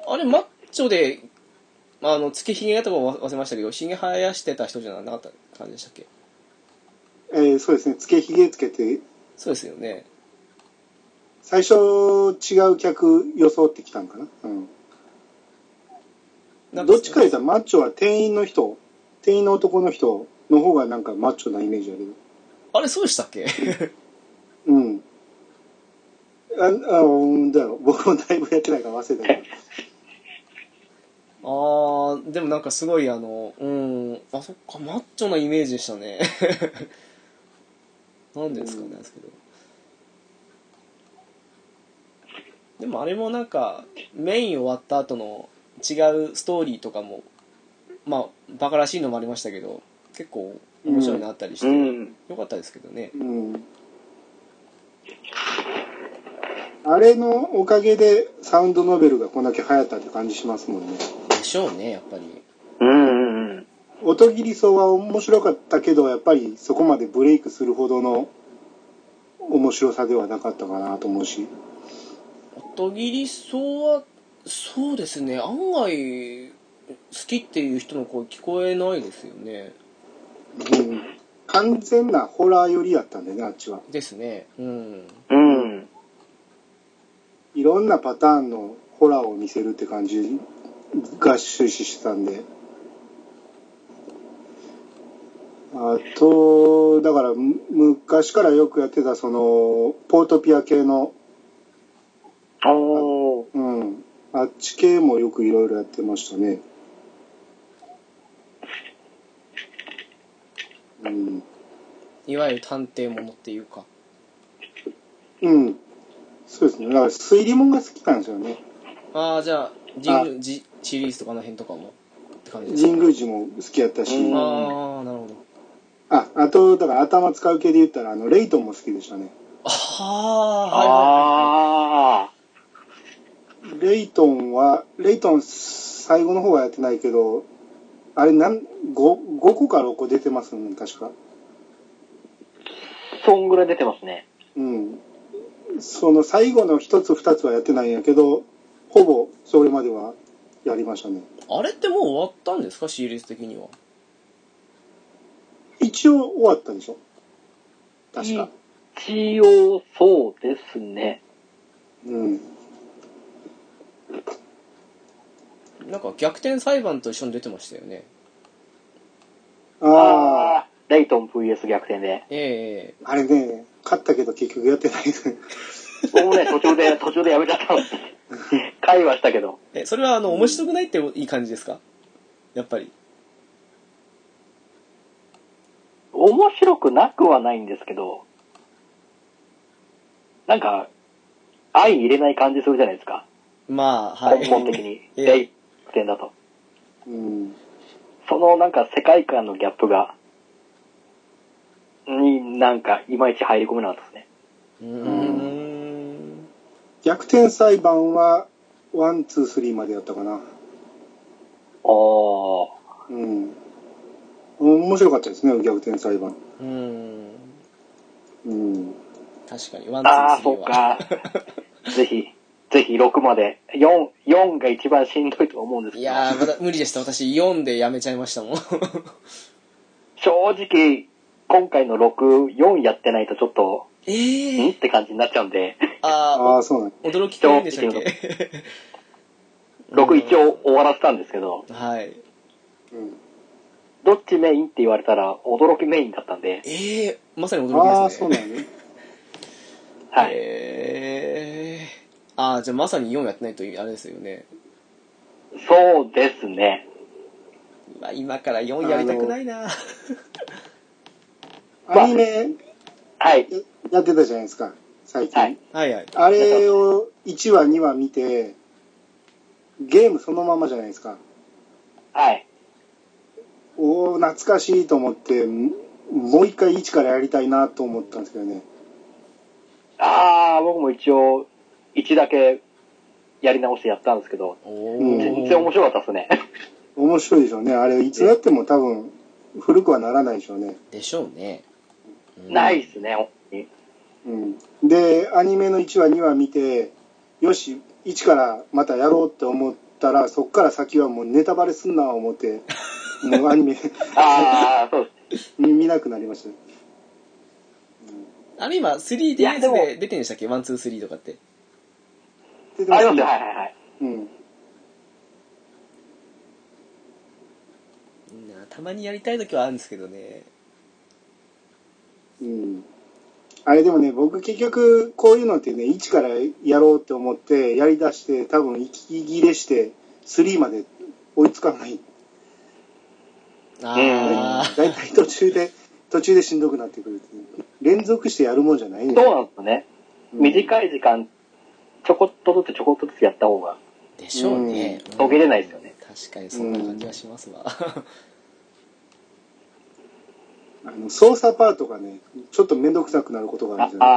あれマッチョでまああのつけひげとか忘れましたけどひげ生やしてた人じゃなかった感じでしたっけ
えーそうですねつけひげつけて
そうですよね
最初違う客装ってきたんかな,、う、
なんん
どっちか言ったらマッチョは店員の人店員の男の人の方がなんかマッチョなイメージある
あれそうでしたっけ
うんああのだろう僕もだいぶやってないから忘れたけ
あーでもなんかすごいあのうんあそっかマッチョなイメージでしたね なんでですかねですけどでもあれもなんかメイン終わった後の違うストーリーとかもまあバカらしいのもありましたけど結構面白いのあったりして、
うん。
よかったですけどね
ど、うん、あれのおかげでサウンドノベルがこんだけ流行ったって感じしますもんね
でしょうねやっぱり
うんうん。
音切り層は面白かったけどやっぱりそこまでブレイクするほどの面白さではなかったかなと思うし
音切りそうはそうですね案外好きっていう人の声聞こえないですよね
うん完全なホラー寄りやったんだよねあっちは
ですねうん
うん。
いろんなパターンのホラーを見せるって感じが終始してたんであとだからむ昔からよくやってたそのポートピア系の
おー。
うんあっち系もよくいろいろやってましたねうん
いわゆる探偵ものっていうか
うん。そうですね。だから推理もんが好きなんですよね。
ああじゃあ神宮寺シリーズとかの辺とかもって感じです
神
か
宮寺も好きやったし。
うん
ああなるほど
あ、あと、だから頭使う系で言ったら、あの、レイトンも好きでしたね。
ああはいはいはい
あ
レイトンは、レイトン最後の方はやってないけど、あれなん、5, 5個か6個出てますよね、確か。
ー。そんぐらい出てますね。
うん。その最後の1つ2つはやってないんやけど、ほぼそれまではやりましたね。
あれってもう終わったんですかシリーズ的には
一応終わったでしょ確か。
一応、そうですね。
うん。
なんか逆転裁判と一緒に出てましたよね
ああ。
あー。レイトン VS 逆転で。
ええ
あれね、勝ったけど結局やってない ですね。
僕もね、途中で、途中でやめちゃったんです。 会話したけど。
ええそれはあの面白くないっていい感じですかやっぱり
面白くなくはないんですけど、なんか、相入れない感じするじゃないですか。
まあ、は
根
い。
本的に。
ええ
レイ点だと。
うん。
そのなんか世界観のギャップが、になんかいまいち入り込めなかったですね。
うーん。
逆転裁判は、ワン、ツー、スリーまでやったかな。
おー。
うん。面白かったですね、逆転裁判。
うーん。
うん。
確かに、ワン、ツー、ス
ああ、
リ
そ
ー
う
は。
か。 ぜひ、ぜひ6まで。4、4が一番しんどいと思うんですけど。
いやー、まだ無理でした。私、4でやめちゃいましたもん。
正直、今回の6、4やってないとちょっと、
え
ん
え
って感じになっちゃうんで、
あ
ああ、そうなん
ー、驚きくらいでしたっけ
6一応終わらせたんですけど、
はい。
うん。
どっちメインって言われたら驚きメインだったんで、
ええまさに驚きですね。
ああ、そうなんね。
はい。
ええああ、じゃあまさに4やってないと、あれですよね。
そうですね。
えうわ今から4やりたくないな
アニメ
はい。
やってたじゃないですか、最近。
はい。
はいはい
あれを1話、2話見て、ゲームそのままじゃないですか。
はい。
おお懐かしいと思って、んもう一回一からやりたいなと思ったんですけどね。
ああ、僕も一応、1だけやり直してやったんですけど、
お
うん
全然面
ー
白かったですね。
面白いでしょうね。あれ、いつやっても多分、古くはならないでしょうね。
でしょうね、うん
ないっすね、本当に。
うん。で、アニメの1話、2話見て、よし、一からまたやろうって思ったら、そっから先はもうネタバレすんな思って、もうアニメ
ああ、そうです。
見見なくなりました。
あれ今3DS
いやでも
で出てんでしたっけワンツースリーとかって
出て
あり
よ
ますよ、はいはいはい。
うん。
みんなたまにやりたい時はあるんですけどね
うんあれでもね、僕結局こういうのってね、一からやろうって思って、やり出して、多分息切れして、3まで追いつかない。
あ
だいたい途中で、途中でしんどくなってくるっていう。連続してやるもんじゃないね。
そうなんですよね。
うん
短い時間、ちょこっとずつちょこっとずつやった方が。
あでしょうね、
うん途切れないですよね
確かにそんな感じはしますわ、
あの操作パートがね、ちょっとめんどくさくなることがあるんですよね。
ああ、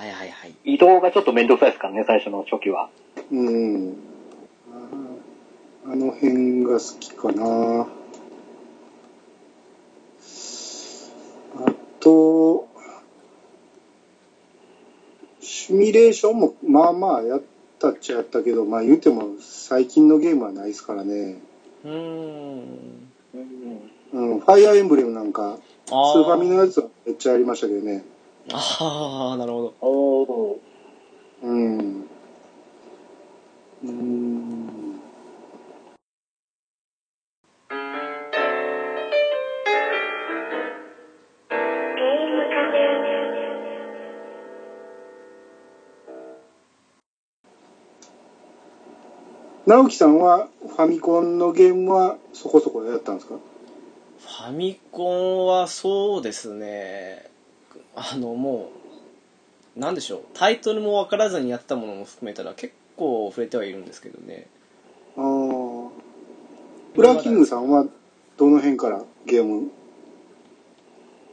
ああはいはいはい
移動がちょっとめんどくさいですからね、最初の初期は。
うん。あーあの辺が好きかな。あと、シミュレーションもまあまあやったっちゃやったけど、まあ言うても最近のゲームはないですからね。
うーん
うん、ファイアーエンブレムなんか、
スー
スーファミのやつはめっちゃやりましたけどね。
ああなるほど
おお。
うん。うん。直樹さんはファミコンのゲームはそこそこやったんですか
ファミコンはそうですねあのもうなんでしょうタイトルも分からずにやってたものも含めたら結構触れてはいるんですけどね
ああ。ブラキングさんはどの辺からゲーム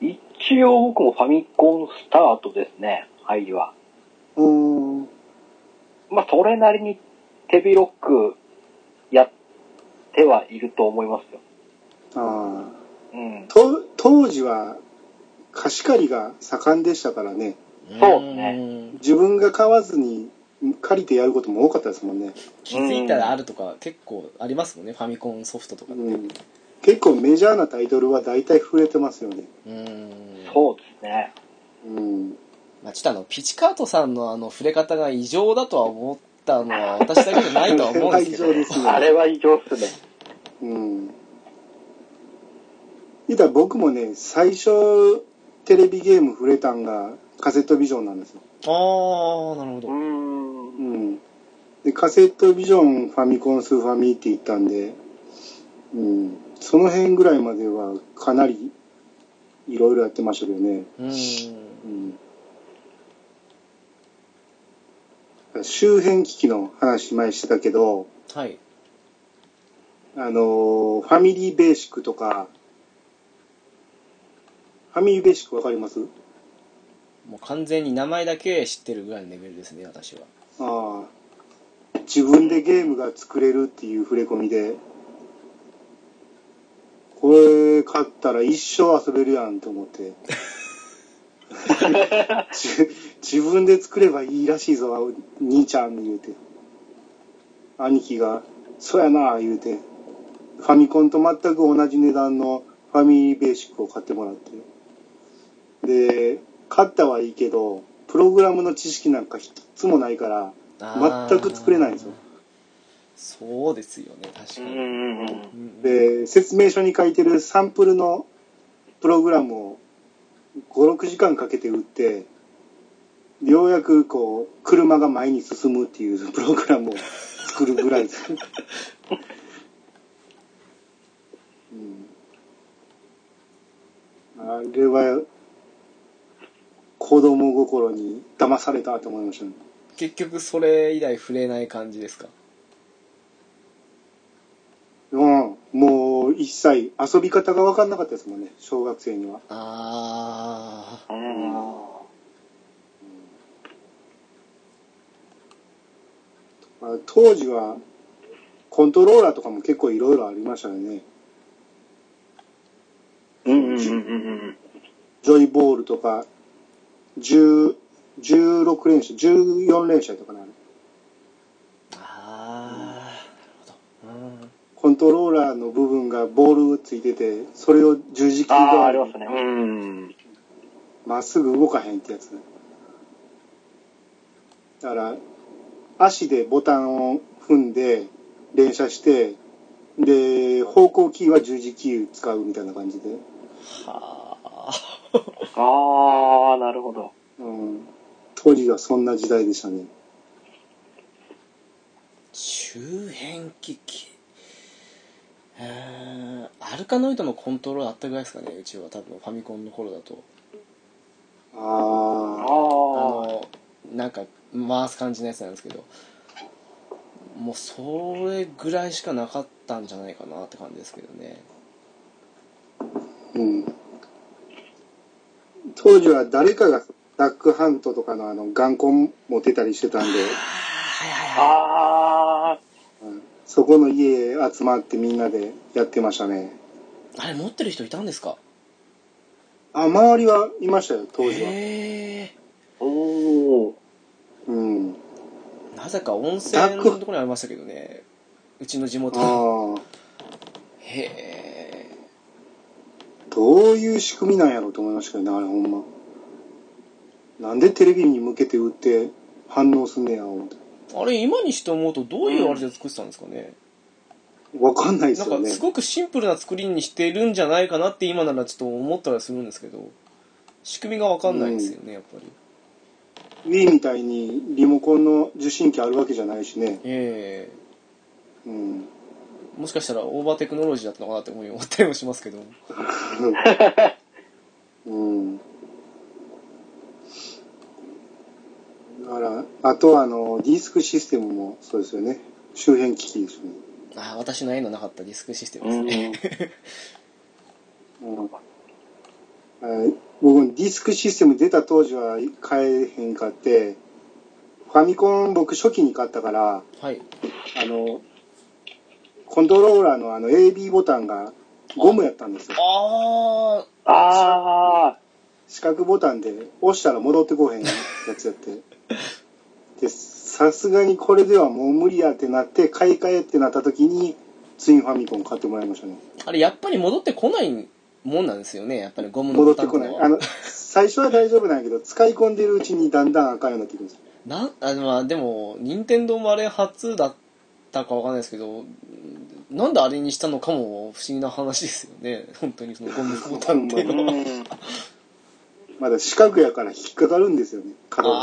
一応僕もファミコンスタートですね、入りは。
うん。
まあ、それなりに手広くやってはいると思いますよ。
ああ。
うん。
と当時は貸し借りが盛んでしたからね
そうですね
ーん
自分が買わずに借りてやることも多かったですもんね、
気づいたらあるとか結構ありますもんねファミコンソフトとかって
うん
う、
結構メジャーなタイトルは大体触れてますよね、
ーん
そうですね。
うん、
まあ、ちょっとあのピチカートさんのあの触れ方が異常だとは思ったのは私だけじゃないとは思うん ですけど
異常ですね
あれは異常っすね。
うん言ったら僕もね最初テレビゲーム触れたんがカセットビジョンなんですよ、
ああなるほど
うー。
うんん、でカセットビジョンファミコンスーファミって言ったんで、うん、その辺ぐらいまではかなりいろいろやってましたけどね、
うーん
うん周辺機器の話前してたけど、
はい
あのーファミリーベーシックとか、ファミリーベーシックわかります
もう完全に名前だけ知ってるぐらいのレベルですね私は
ああ自分でゲームが作れるっていう触れ込みで、これ買ったら一生遊べるやんと思って。 自自分で作ればいいらしいぞ、兄ちゃん言うて。兄貴が、そやな言うて。ファミコンと全く同じ値段のファミリーベーシックを買ってもらって。で、買ったはいいけど、プログラムの知識なんか一つもないから、
あー
全く作れないんですよ
そうですよね確か
う
に、
んうん
うん
で説明書に書いてるサンプルのプログラムを56時間かけて打ってようやくこう車が 前に進むっていうプログラムを作るぐらいですあれは子供心に騙されたと思いましたね
結局それ以来触れない感じですか
うん、もう一切遊び方が分かんなかったですもんね小学生には
あ
う
あ
ん。
あ当時はコントローラーとかも結構いろいろありましたよね
うんうんうん
ジョイボールとか10 16連射14連射とかねあれ
ああなるほど
コントローラーの部分がボールついててそれを十字キー
ああ、あり
が
ますね。うん。
まっすぐ動かへんってやつだから足でボタンを踏んで連射してで方向キーは十字キー使うみたいな感じで、
うんはあ
ああ、なるほど。
うん、当時はそんな時代でしたね
周辺機器うーんアルカノイドのコントロールあったぐらいですかねうちは多分ファミコンの頃だと
あ
ああ
あ
あ。
のなんか回す感じのやつなんですけどもうそれぐらいしかなかったんじゃないかなって感じですけどね
うん当時は誰かがダックハントとかのあの眼根持てたりしてたんで、
はいはいはい
ああ、
うんそこの家集まってみんなでやってましたね
あれ持ってる人いたんですか
あ周りはいましたよ当時は、
へえ
おお。
うん
なぜか温泉のところにありましたけどねうちの地元の
ああ
へえ
どういう仕組みなんやろうと思いましたけどねあれほんまなんでテレビに向けて打って反応すんねやろ
あれ今にして思うとどういうあれで作ってたんですかね、
わかんないで
な
す
ん
よ
か
ね
すごくシンプルな作りにしてるんじゃないかなって今ならちょっと思ったりするんですけど仕組みがわかんないですよね、やっぱり
Wii みたいにリモコンの受信機あるわけじゃないしね
ええ
うん
もしかしたらオーバーテクノロジーだったのかなって思い思ったりもしますけど
うんだからあとはあのディスクシステムもそうですよね周辺機器ですよね
ああ私の絵のなかったディスクシステムです
うん。
ね、
うんえー僕ディスクシステム出た当時は買えへんかってファミコン僕初期に買ったから
はい
あのコントローラーのあの AB ボタンがゴムやったんですよ
ああ
ああ。
四角ボタンで押したら戻ってこへんやつやってでさすがにこれではもう無理やってなって買い替えってなった時にツインファミコン買ってもらいましたね
あれやっぱり戻ってこないもんなんですよねやっぱりゴムのボ
戻っ
タ
て
ンと
こ
か
ない
は
あの最初は大丈夫なんやけど使い込んでるうちにだんだん赤いようになってくるんですよ
なあのまあでも任天堂もあれ初だったかわかんないですけどなんであれにしたのかも不思議な話ですよね本当にそのゴムボタンっていう
う
のは
ん。
まだ四角やから引っかかるんですよね、角が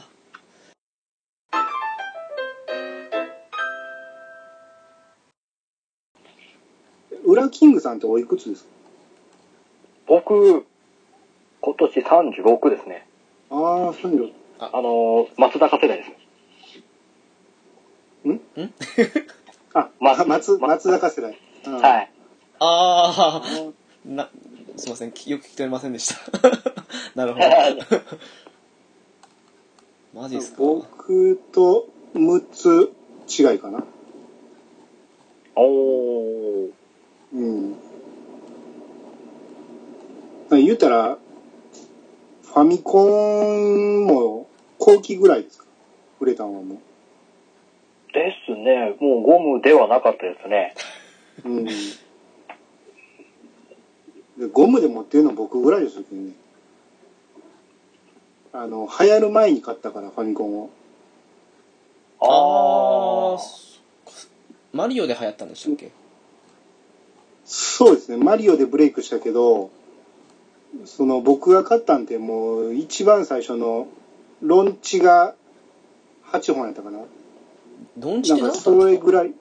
あ
裏キングさんっておいくつですか
僕、今年36ですね。
ああ、そういう
あの、松坂世代ですね。
ーん
の。あ、
ま
松、松坂世代。。
はい い。
あ
あー
ーなすいませんきよく聞き取れませんでした なるほどマジですか
僕と6つ違いかな。
おー。
うん。言うたら、ファミコンも後期ぐらいですか売れたのはも
ですね。もうゴムではなかったですね。
う。うん。でゴムで持ってるの僕ぐらいですよね。あの、流行る前に買ったから、ファミコンを。
あー
あ
そマリオで流行ったんでしたっけ
そうですね、マリオでブレイクしたけど、その僕が勝ったんってもう一番最初のロンチが8本やったかな。
ドンチ
な
っ
ん
てな
か
かったん
そ
で
れ
すか
ぐらい、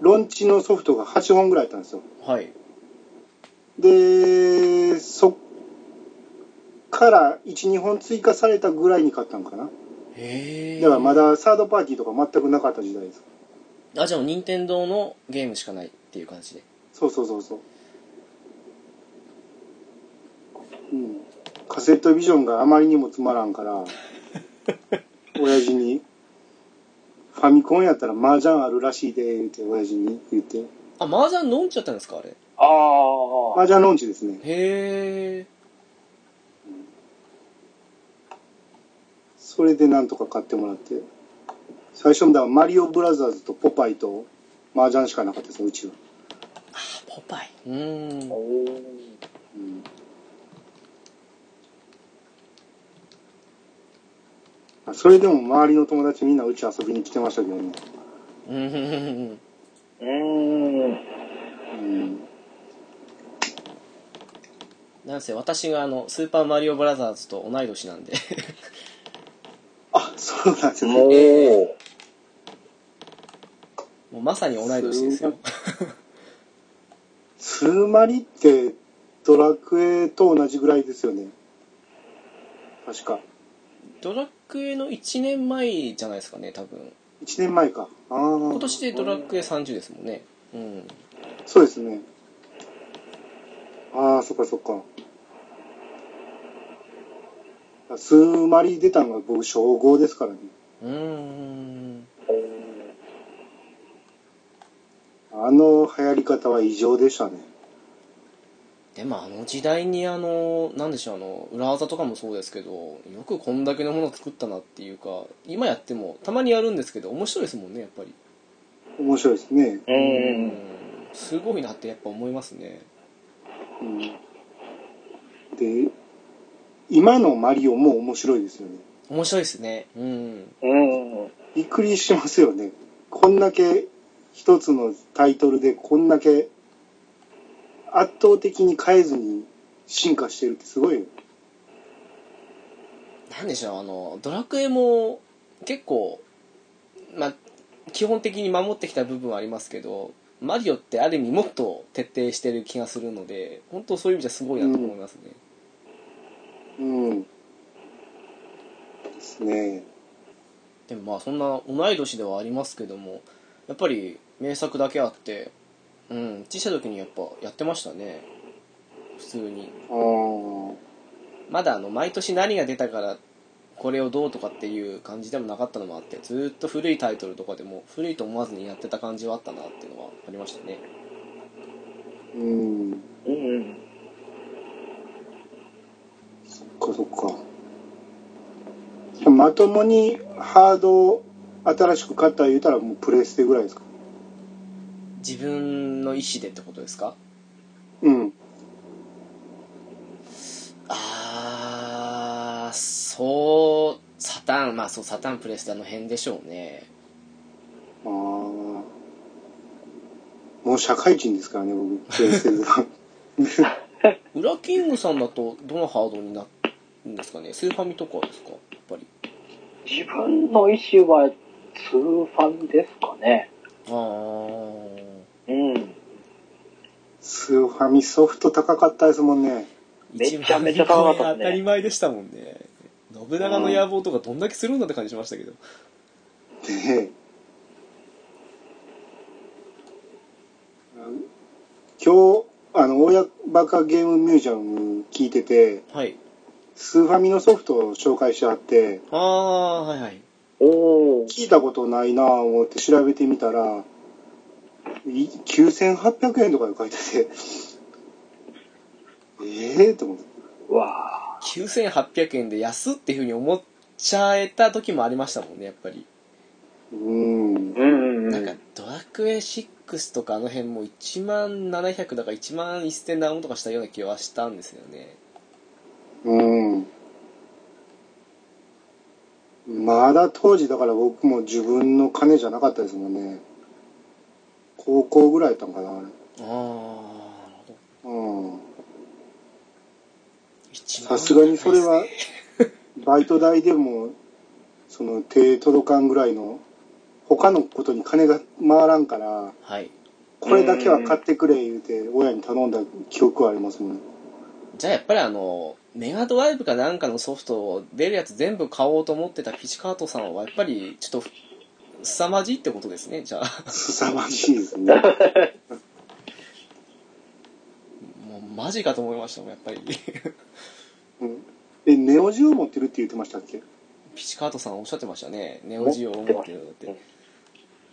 ロンチのソフトが8本ぐらいあったんですよ。
はい
で、そっから1、2本追加されたぐらいに買ったのかな。
へえ
だからまだサードパーティーとか全くなかった時代です。
あじゃあもう任天堂のゲームしかないっていう感じで
そうそうそうそう。うん。カセットビジョンがあまりにもつまらん から、親父に、ファミコンやったら麻雀あるらしいで、言って親父に言って。
あ麻雀飲んじゃったんですかあれ
ああ。
麻雀ローンチですね。
へえ
それでなんとか買ってもらって。最初だからマリオブラザーズとポパイと麻雀しかなかったです、うちは。
ポパイうーん
おー
うんあそれでも周りの友達みんなうち遊びに来てましたけどね。
うんうんうんうん
うーん。
うん。
なんせ私があのスーパーマリオブラザーズと同い年なんで
あ、そうなんです
も
ね。
う、
もうまさに同い年ですよ
スーマリってドラクエと同じぐらいですよね。確か。
ドラクエの1年前じゃないですかね多分
1年前か。ああ。
今年でドラクエ30ですもんねうん
そうですね。ああ、そっかそっか。あスーマリ出たのが僕、小5ですからね。
うーん
あの流行り方は異常でしたね。
でもあの時代にあのなんでしょうあの裏技とかもそうですけどよくこんだけのもの作ったなっていうか今やってもたまにやるんですけど面白いですもんねやっぱり
面白いですね。
う
うん
ん。
すごいなってやっぱ思いますね
うん、で、今のマリオも面白いですよね。
面白いですねうん
うん。
びっくりしますよね。こんだけ一つのタイトルでこんだけ圧倒的に変えずに進化してるってすごいよ。
なんでしょうあのドラクエも結構まあ基本的に守ってきた部分はありますけどマリオってある意味もっと徹底してる気がするので本当そういう意味じゃすごいなと思いますね、
うん。ですね。
でもまあそんな同い年ではありますけどもやっぱり名作だけあってうん小さい時にやっぱやってましたね普通に
ああ。
まだあの毎年何が出たからこれをどうとかっていう感じでもなかったのもあってずーっと古いタイトルとかでも古いと思わずにやってた感じはあったなっていうのはありましたね
うん。
うん。
そっかそっか。まともにハードを新しく買った言うたらもうプレステぐらいですか。
自分の意思でってことですか
うん。
あーそうサターンまあそうサターンプレステあの辺でしょうね
ああ。もう社会人ですからね、僕、プレステが。
ウラキングさんだとどのハードになるんですかねスーファミとかですかやっぱり
自分の意思は、通ファミですかね。
ああ
うん。
スーファミソフト高かったですもんね。
めちゃめちゃ高かったっすね
当たり前でしたもんね信長の野望とかどんだけするんだって感じしましたけど
ねえ今日、あの、親バカゲームミュージアム聞いてて、
はい
スーファミのソフトを紹介してあって、
ああはいはい
おー。
聞いたことないなぁ思って調べてみたら、い9800円とかで書いてて、ええと思って。
うわ
9800円で安っていうふうに思っちゃえた時もありましたもんねやっぱり、
うん
ー。。うん
なんかドラクエ6とかあの辺も1万700だから1万1000何本とかしたような気はしたんですよね
うん。まだ当時だから僕も自分の金じゃなかったですもんね。高校ぐらいやったんかな、あれ。
ああ
うん。
1
さすがにそれは、バイト代でも、その手届かんぐらいの他のことに金が回らんから、
はい
これだけは買ってくれ言うて、親に頼んだ記憶はありますもん。
じゃあやっぱりあのメガドライブかなんかのソフトを出るやつ全部買おうと思ってたピチカートさんはやっぱりちょっと凄まじいってことですねじゃあ
凄まじいですね。
もうマジかと思いましたもんやっぱり
うんえ、ネオジオ持ってるって言ってましたっけ
ピチカートさんおっしゃってましたねネオジオを持ってるのって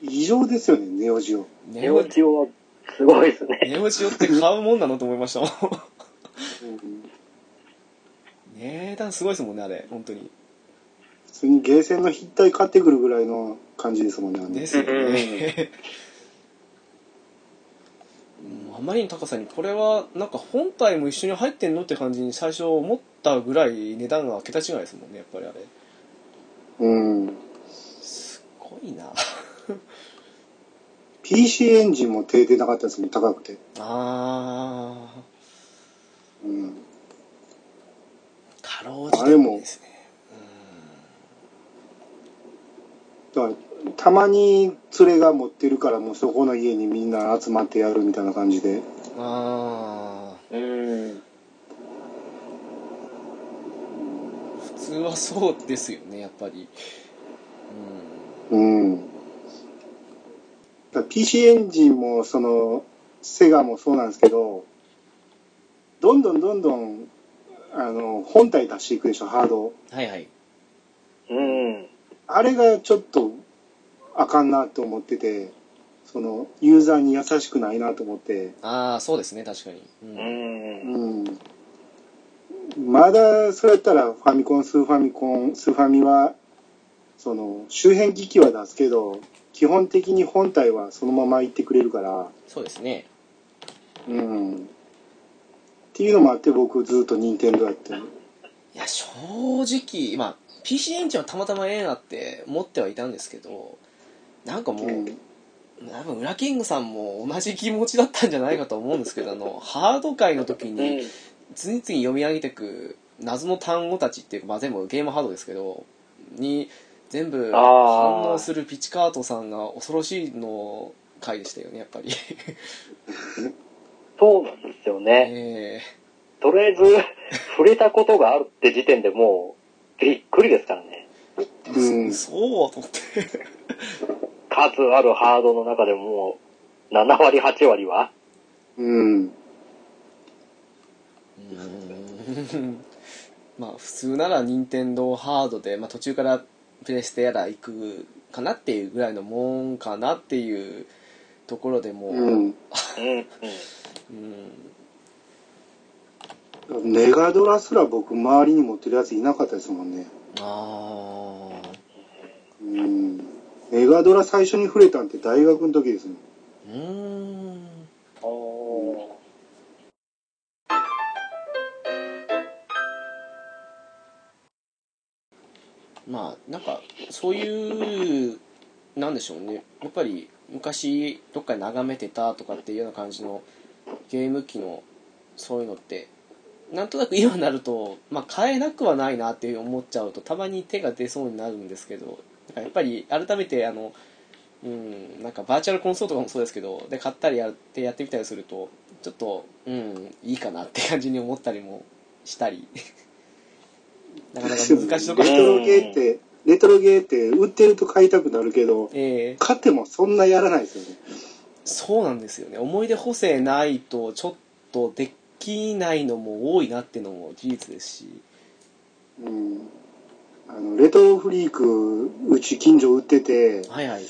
異常ですよね、ネオジオ。
ネ
ネ
オ
オジオはすごいですね。
ネオジオって買うもんなのと思いましたもん 値段すごいですもんねあれ本当に
普通にゲーセンの筆体買ってくるぐらいの感じですもんねあの。
ですよ
うんうん
ね。うんあまりの高さにこれはなんか本体も一緒に入ってんのって感じに最初思ったぐらい値段が桁違いですもんねやっぱりあれ
うん。
すごいな
PC エンジンも手出なかったですもん、高くて。
あー
うん。
かろうじ
あれ
て
も
ですね
だから、たまに連れが持ってるから、もうそこの家にみんな集まってやるみたいな感じで。
あ
うん。
あ普通はそうですよねやっぱり
うん。だから PC エンジンも、その、セガもそうなんですけど、どんどんどんどん、あの、本体出していくでしょ、ハードを。
うんはいはい
うん。
あれがちょっとあかんなと思ってて、その、ユーザーに優しくないなと思って、
ああそうですね確かに、う
うんん。
うん。まだ、それやったらファミコン、スーファミコン、スーファミは、その、周辺機器は出すけど、基本的に本体はそのまま行ってくれるから、
そうですね
うん。っていうのもあって、僕ずっと任天堂やってる。
いや正直まあ PC エンジンはたまたまええなって持ってはいたんですけどなんかもう、
うん
多分ウラキングさんも同じ気持ちだったんじゃないかと思うんですけどあのハード界の時
うん
に。次々読み上げてく謎の単語たちっていうか、まあ、全部ゲームハードですけどに全部
あー
反応するピチカートさんが恐ろしいの回でしたよねやっぱり
そうなんですよね。
ええ
とりあえず、触れたことがあるって時点でもう、びっくりですからね。
うん。
そうと思って
数あるハードの中でも、7割、8割は、
うん。
まあ普通なら任天堂ハードで、まあ、途中からプレステやら行くかなっていうぐらいのもんかなっていうところでも、
うん。
うん、うん。
うん
メガドラすら僕、周りに持ってるやついなかったですもんね。
ああ
うん。メガドラ最初に触れたんって大学の時ですもん。
うーん
お
まあなんかそういうなんでしょうねやっぱり昔どっかで眺めてたとかっていうような感じのゲーム機のそういうのってなんとなく今になると、まあ、買えなくはないなって思っちゃうとたまに手が出そうになるんですけどなんかやっぱり改めてあのうんなんかバーチャルコンソールとかもそうですけどで買ったりやってやってみたりするとちょっとうんいいかなって感じに思ったりもしたり なかなか難しいとこ
レ
ろ
トロゲーって、レトロゲーって売ってると買いたくなるけど、
ええ
買ってもそんなやらないですよね。
そうなんですよね思い出補正ないとちょっとできないのも多いなっていうのも事実ですし
うん。あの、レトロフリーク、うち近所売ってて、
はいはい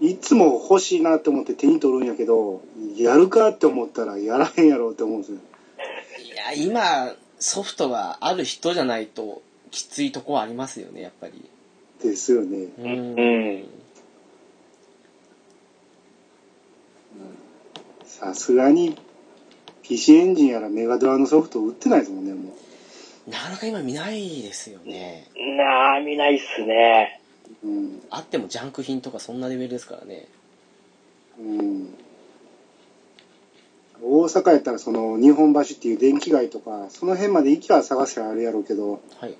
いつも欲しいなって思って手に取るんやけど、やるかって思ったらやらへんやろうって思うんですよ。
いや今ソフトがある人じゃないときついとこはありますよねやっぱり
ですよね。
う
うんん。
さすがに、PC エンジンやらメガドラのソフト売ってないですもんね、もう。
なかなか今見ないですよね
なあ、見ないっすね。
うん。
あってもジャンク品とかそんなレベルですからね
うん。大阪やったらその日本橋っていう電気街とか、その辺まで行きゃ探せばあるやろうけど、
はい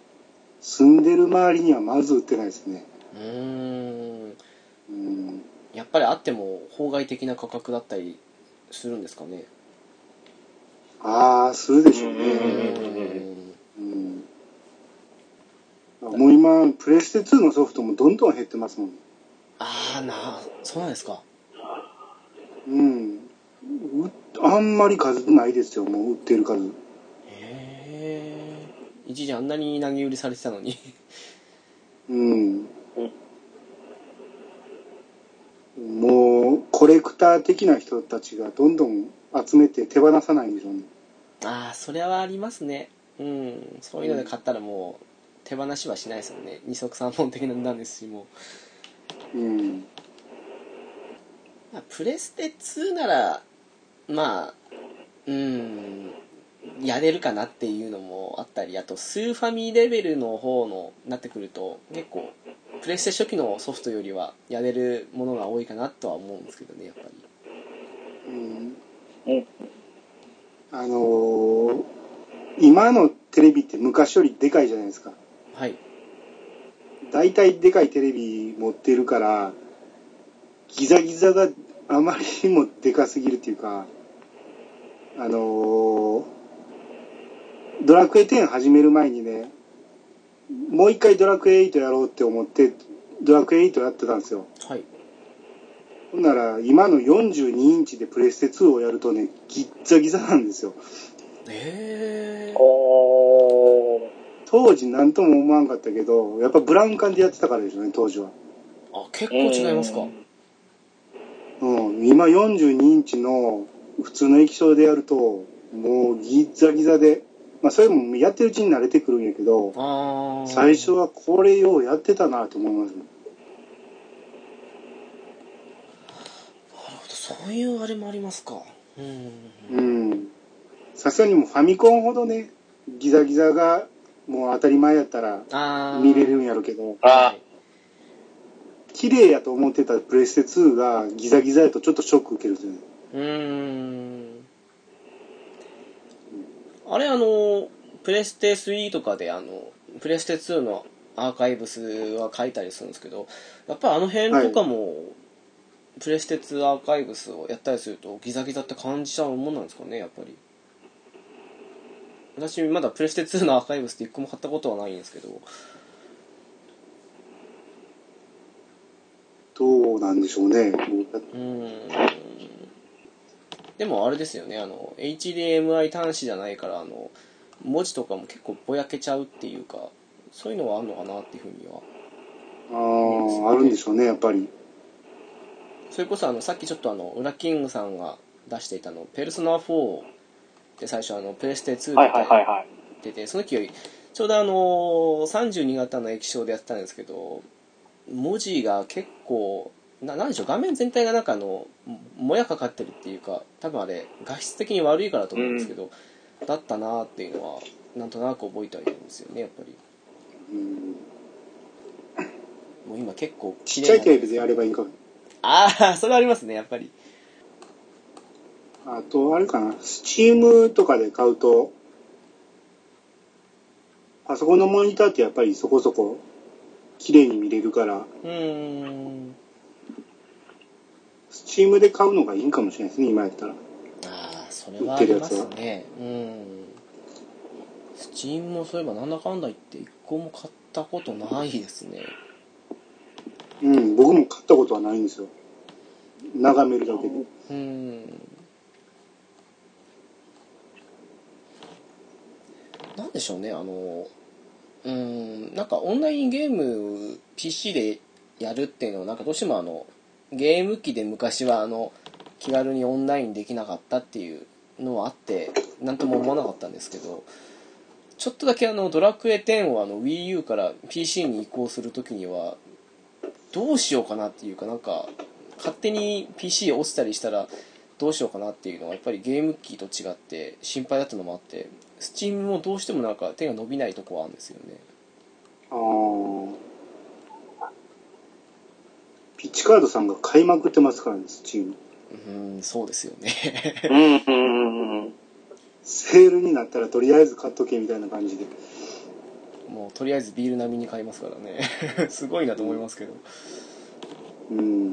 住んでる周りにはまず売ってないですね。
うーん
うん
やっぱりあっても法外的な価格だったりするんですかね
ああするでしょう
う
ね、
ん
うんもう今プレステ2のソフトもどんどん減ってますもん
ああなそうなんですか
うんうあんまり数ないですよもう売ってる数
へえ一時あんなに投げ売りされてたのに
うんもうコレクター的な人たちがどんどん集めて手放さないんでしょうね
ああそれはありますねうんそういうので買ったらもう手放しはしないですもんね二足三本的な値段ですしもう
うん
まあプレステ2ならまあうんやれるかなっていうのもあったりあとスーファミレベルの方のなってくると結構プレステ初期のソフトよりはやれるものが多いかなとは思うんですけどねやっぱり
うん
うん
あのー今のテレビって昔よりでかいじゃないですか
はい
大体でかいテレビ持ってるからギザギザがあまりにもでかすぎるっていうかあのードラクエ10始める前にねもう一回ドラクエ8やろうって思ってドラクエ8やってたんですよ
はい
ほんなら今の42インチでプレステ2をやるとねギッザギザなんですよ
ええ
おー。
当時何とも思わんかったけどやっぱブラウン管でやってたからでしょうね当時は
あ結構違いますか、
うん、今42インチの普通の液晶でやるともうギザギザで、まあ、それもやってるうちに慣れてくるんやけど
ああ
最初はこれようやってたなと思いますね
そういうあれもありますかうん
うんさすがにもうファミコンほどねギザギザがもう当たり前やったら
ああ
見れるんやろうけど
あ
綺麗やと思ってたプレステ2がギザギザやとちょっとショック受けるんですよね
うーんあれあのプレステ3とかであのプレステ2のアーカイブスは書いたりするんですけどやっぱりあの辺とかも、プレステ2アーカイブスをやったりするとギザギザって感じちゃうもんなんですかねやっぱり私まだプレステ2のアーカイブスって一個も買ったことはないんですけど
どうなんでしょうねもうや
う
っ
ーんでもあれですよねあの HDMI 端子じゃないからあの文字とかも結構ぼやけちゃうっていうかそういうのはあるのかなっていうふうには
あーあるんでしょうねやっぱり
それこそあのさっきちょっとあのウラキングさんが出していたの「ペルソナ4」って最初あのプレステ2で
いはいはいはい。
出てその時よりちょうどあの32型の液晶でやってたんですけど文字が結構ななんでしょう画面全体がなんかあのももやかかってるっていうか多分あれ画質的に悪いからと思うんですけど、だったなーっていうのはなんとなく覚えてはいるんですよねやっぱり
うん
もう今結構綺
ちっちゃ
麗
い
な
テレビでやればいいか
ああそれありますねやっぱり
あと、あれかな、スチームとかで買うと、パソコンのモニターってやっぱりそこそこ綺麗に見れるから、
うーん
スチームで買うのがいいかもしれないですね、今やったら。
ああそれはありますねうんスチームもそういえばなんだかんだ言って一個も買ったことないですね
うん、僕も買ったことはないんですよ。眺めるだけで。
うーんなんでしょうねあのうーんなんかオンラインゲーム PC でやるっていうのはなんかどうしてもあのゲーム機で昔はあの気軽にオンラインできなかったっていうのはあってなんとも思わなかったんですけどちょっとだけあのドラクエ10をあの WiiU から PC に移行するときにはどうしようかなっていうかなんか勝手に PC 落ちたりしたらどうしようかなっていうのはやっぱりゲーム機と違って心配だったのもあって Steam もどうしてもなんか手が伸びないとこはあるんですよね
あーピッチカードさんが買いまくってますからね、スチーム。
うーんそうですよ ね
うんうんうん。
セールになったらとりあえず買っとけみたいな感じで。
もうとりあえずビール並みに買いますからねすごいなと思いますけど
うん。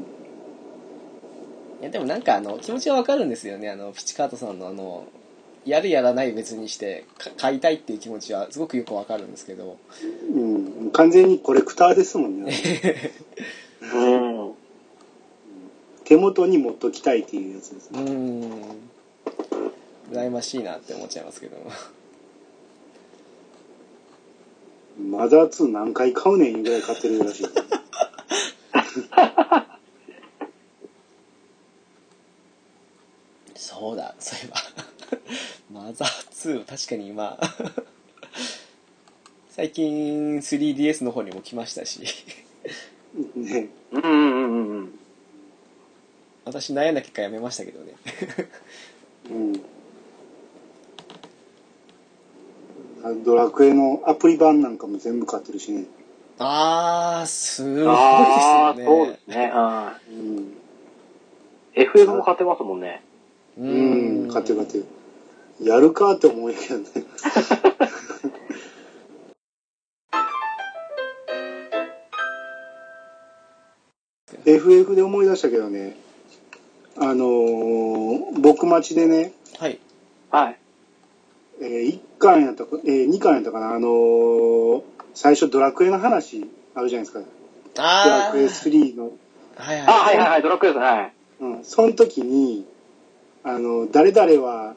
いやでもなんかあの気持ちはわかるんですよねあのピチカートさんのあのやるやらない別にしてか買いたいっていう気持ちはすごくよくわかるんですけど
うん。完全にコレクターですもんね。
うん。
手元に持っときたいっていうやつです
う
ね。
ーん羨ましいなって思っちゃいますけど
マザー2何回買うねんいうぐらい買ってるらしい。
そうだ そういえばマザー2確かに今 最近 3DS の方にも来ましたし
ね。
うんうんうんうん。
私悩んだ結果やめましたけどね
うん。あドラクエのアプリ版なんかも全部買ってるしね。
あーすごいです
あ
よ
あ、そう
ね
ですね。あ
うん。
ー FF も買ってますもんね。
う
うん、勝てる勝てる。やるかって思うんやけどね。FF で思い出したけどね、あのー僕待ちでね、
はい
はい。
え1巻やったか、え2巻やったかな、あのー最初ドラクエの話あるじゃないですか。ドラ
あ
クエ
ー
3の。
はい
あ、はいはい
は
はい、ドラクエですね。はい。
うん、その時に、あの、誰々は、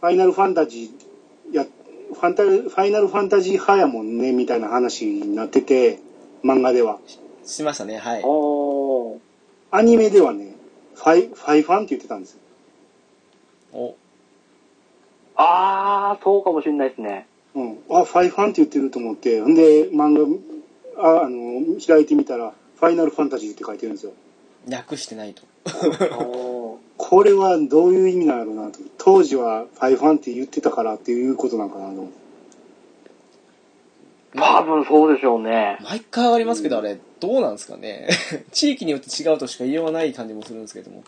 ファイナルファンタジー、や、ファンタ、ファイナルファンタジー派やもんね、みたいな話になってて、漫画では。
いしましたねはい
おー。
アニメではね、ファイ、ファイファンって言ってたんですよ。
お
ああ、そうかもしれないですね。
うん。あ、ファイファンって言ってると思って、ほんで、漫画、ああの、開いてみたら、ファイナルファンタジーって書いてるんですよ。
略してないと
おー。
これはどういう意味なんやろうなと。当時はファイファンって言ってたからっていうことなんかなと思って。
多分そうでしょうね。
毎回ありますけど、あれ、どうなんですかね。 地域によって違うとしか言いようがない感じもするんですけども。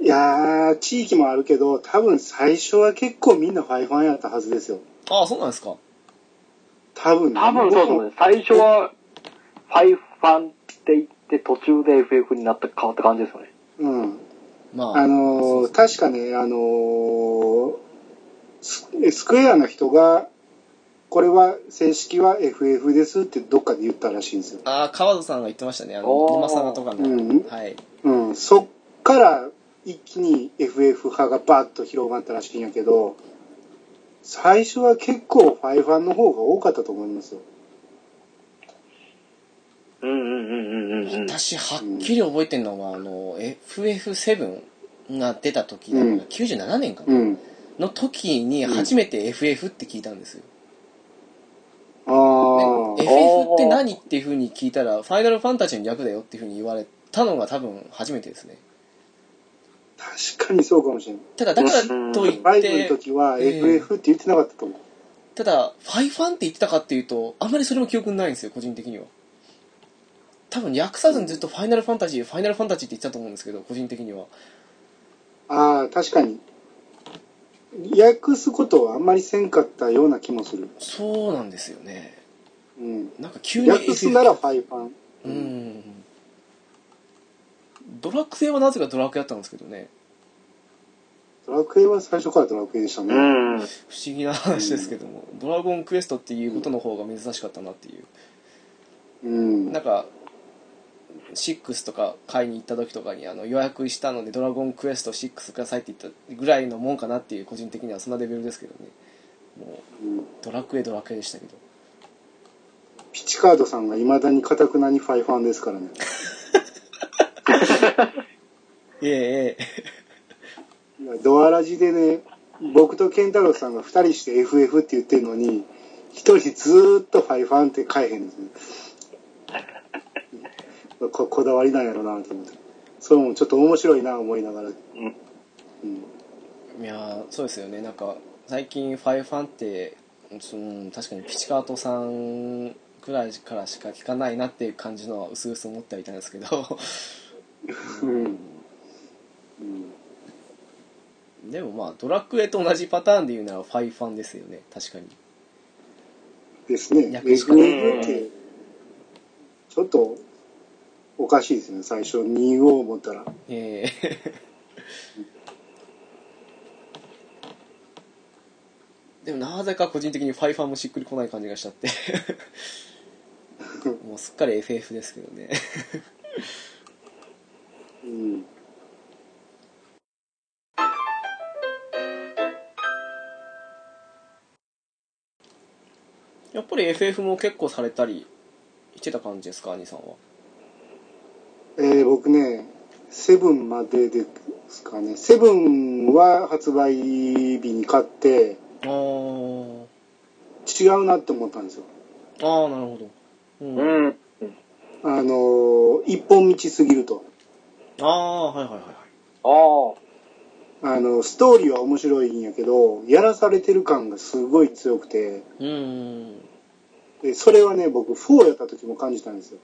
いやー、地域もあるけど、多分最初は結構みんなファイファンやったはずですよ。
ああ、そうなんですか。
多分ね。
多分そうだと思うね。最初は、ファイファンって言って、途中で FF になった、変わった感じですよね。
僕もうん。
まあ。
あのー、確かね、あのース、スクエアの人が、これは正式は FF ですってどっかで言ったらしいんですよ。
ああ、川田さんが言ってましたね。あの
お、ー
今更とかの。
うん
はい。
うん。そっから一気に FF 派がバーッと広がったらしいんやけど、最初は結構ファイファンの方が多かったと思いますよ。
うんうんうんうんうんうん。
私、はっきり覚えてるのは、あの、FF7 が出た時だから、
うん
97年かな、
うん。
の時に初めて FF って聞いたんですよ。
あ
で
ー。
FF って何っていう風に聞いたら、ファイナルファンタジーの略だよっていう風に言われたのが多分初めてですね。
確かにそうかもしれない。
ただ、だからとい
ファ
っ
イブ
て
の、時は
ええ
FF って言ってなかったと思う。
ただ、ファイファンって言ってたかっていうと、あんまりそれも記憶にないんですよ、個人的には。多分、訳さずにずっとファイナルファンタジー、ファイナルファンタジーって言ってたと思うんですけど、個人的には。
ああ、確かに。訳すことはあんまりせんかったような気もする。
そうなんですよね。
うん。
なんか急に
訳すならファイファン。
うん。ドラクエはなぜかドラクエだったんですけどね。
ドラクエは最初からドラクエでした
う
ね。
ん。うん
不思議な話ですけども、ドラゴンクエストっていうことの方が珍しかったなっていう。
うん。
なんか、6とか買いに行った時とかにあの予約したので「ドラゴンクエスト6ください」って言ったぐらいのもんかなっていう個人的にはそんなレベルですけどねもう
うん
ドラクエドラクエでしたけど
ピチカードさんが未だにかたくなにファイファンですからね。
えええ
いやドアラジでね、僕とケンタロウさんが2人して FF って言ってるのに、1人ずーっとファイファンって変えへ んですね。ここだわりなんやろなと思って。それもちょっと面白いな思いながら。うん
えいやーそうですよねなんか最近「ファイファン」ってその確かにピチカートさんくらいからしか聞かないなっていう感じのは薄々思ってはいたんですけど
うんうん
でもまあドラクエと同じパターンで言うなら「ファイファン」ですよね確かに
ですね。
略しかない
FF って、ちょっとおかしいですね最初に言おう思ったら
ええ でもなぜか個人的にファイファーもしっくりこない感じがしちゃって もうすっかり FF ですけどね
うん
やっぱり FF も結構されたりしてた感じですか兄さんは
えー僕ねセブンまでですかねセブンは発売日に買って
あー
違うなって思ったんですよ
あーなるほどうん、あ
うん。
あのー一本道すぎると
あーはいはいはいはい
ああ。
あのストーリーは面白いんやけどやらされてる感がすごい強くて
うーん
でそれはね僕4やった時も感じたんですよ、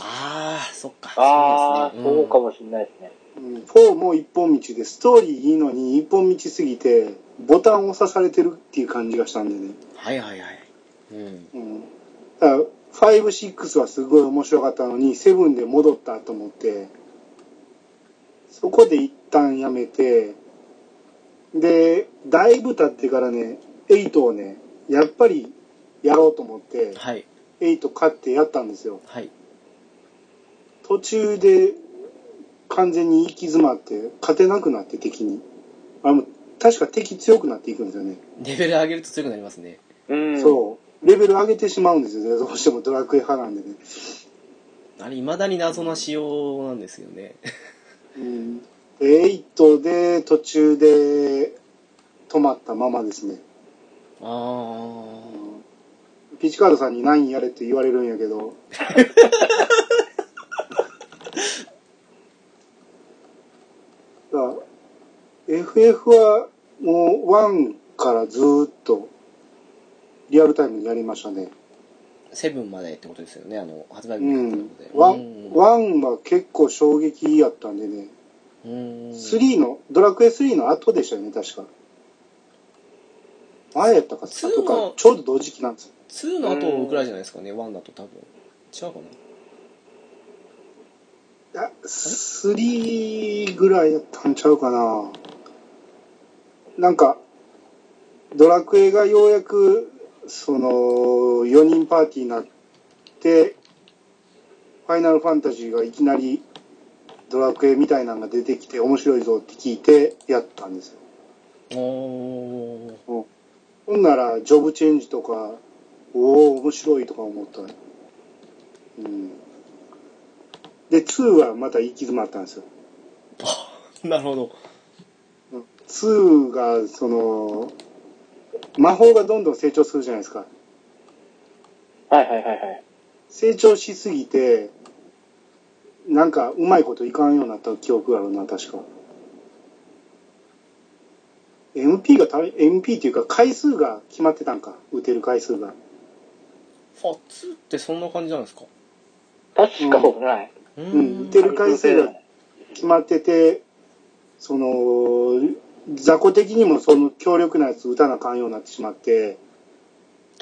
ああそっか
ああ、
そうですね
そうか
も
もしれないですね。
うん、4も一本道でストーリーいいのに一本道すぎてボタンを押さされてるっていう感じがしたんでね、
はいはいはいうん
うん、だから56はすごい面白かったのに7で戻ったと思ってそこで一旦やめてでだいぶ経ってからね8をねやっぱりやろうと思って
はい
8買ってやったんですよ
はい
途中で完全に行き詰まって勝てなくなって敵にあの確か敵強くなっていくんですよね、
レベル上げると強くなりますね
うん。
そうレベル上げてしまうんですよねどうしてもドラクエ派なんでね
あれ未だに謎な仕様なんですよね
うん8で途中で止まったままですね
ああ
ピチカードさんに何やれって言われるんやけどだから FF はもう1からずーっとリアルタイムでやりましたね、
セブンまでってことですよねあの発売
う
日のこ
ん、
とで
1, 1は結構衝撃やったんでね
うん
3のドラクエ3の後でしたよね確か前やったか
ツー
後
は
かちょうど同時期なんですよ
2の後ぐらいじゃないですかね1だと多分違うか
いや3ぐらいやったんちゃうかななんかドラクエがようやくその4人パーティーになってファイナルファンタジーがいきなりドラクエみたいなのが出てきて面白いぞって聞いてやったんですよ
なおー
ほんなら、ジョブチェンジとか、おお、面白いとか思った。うん。で、2はまた行き詰まったんですよ。
なるほど
2が、その、魔法がどんどん成長するじゃないですか。
はいはいはいはい。
成長しすぎて、なんか、うまいこといかんようになった記憶があるな、確か。MP が足り、MP っていうか、回数が決まってたんか。打てる回数が。
あ2ってそんな感じなんですか
確かそうですね。
う
うん、
ん
打てる回数が決まってて、その、雑魚的にもその強力なやつ打たなあかんようになってしまって、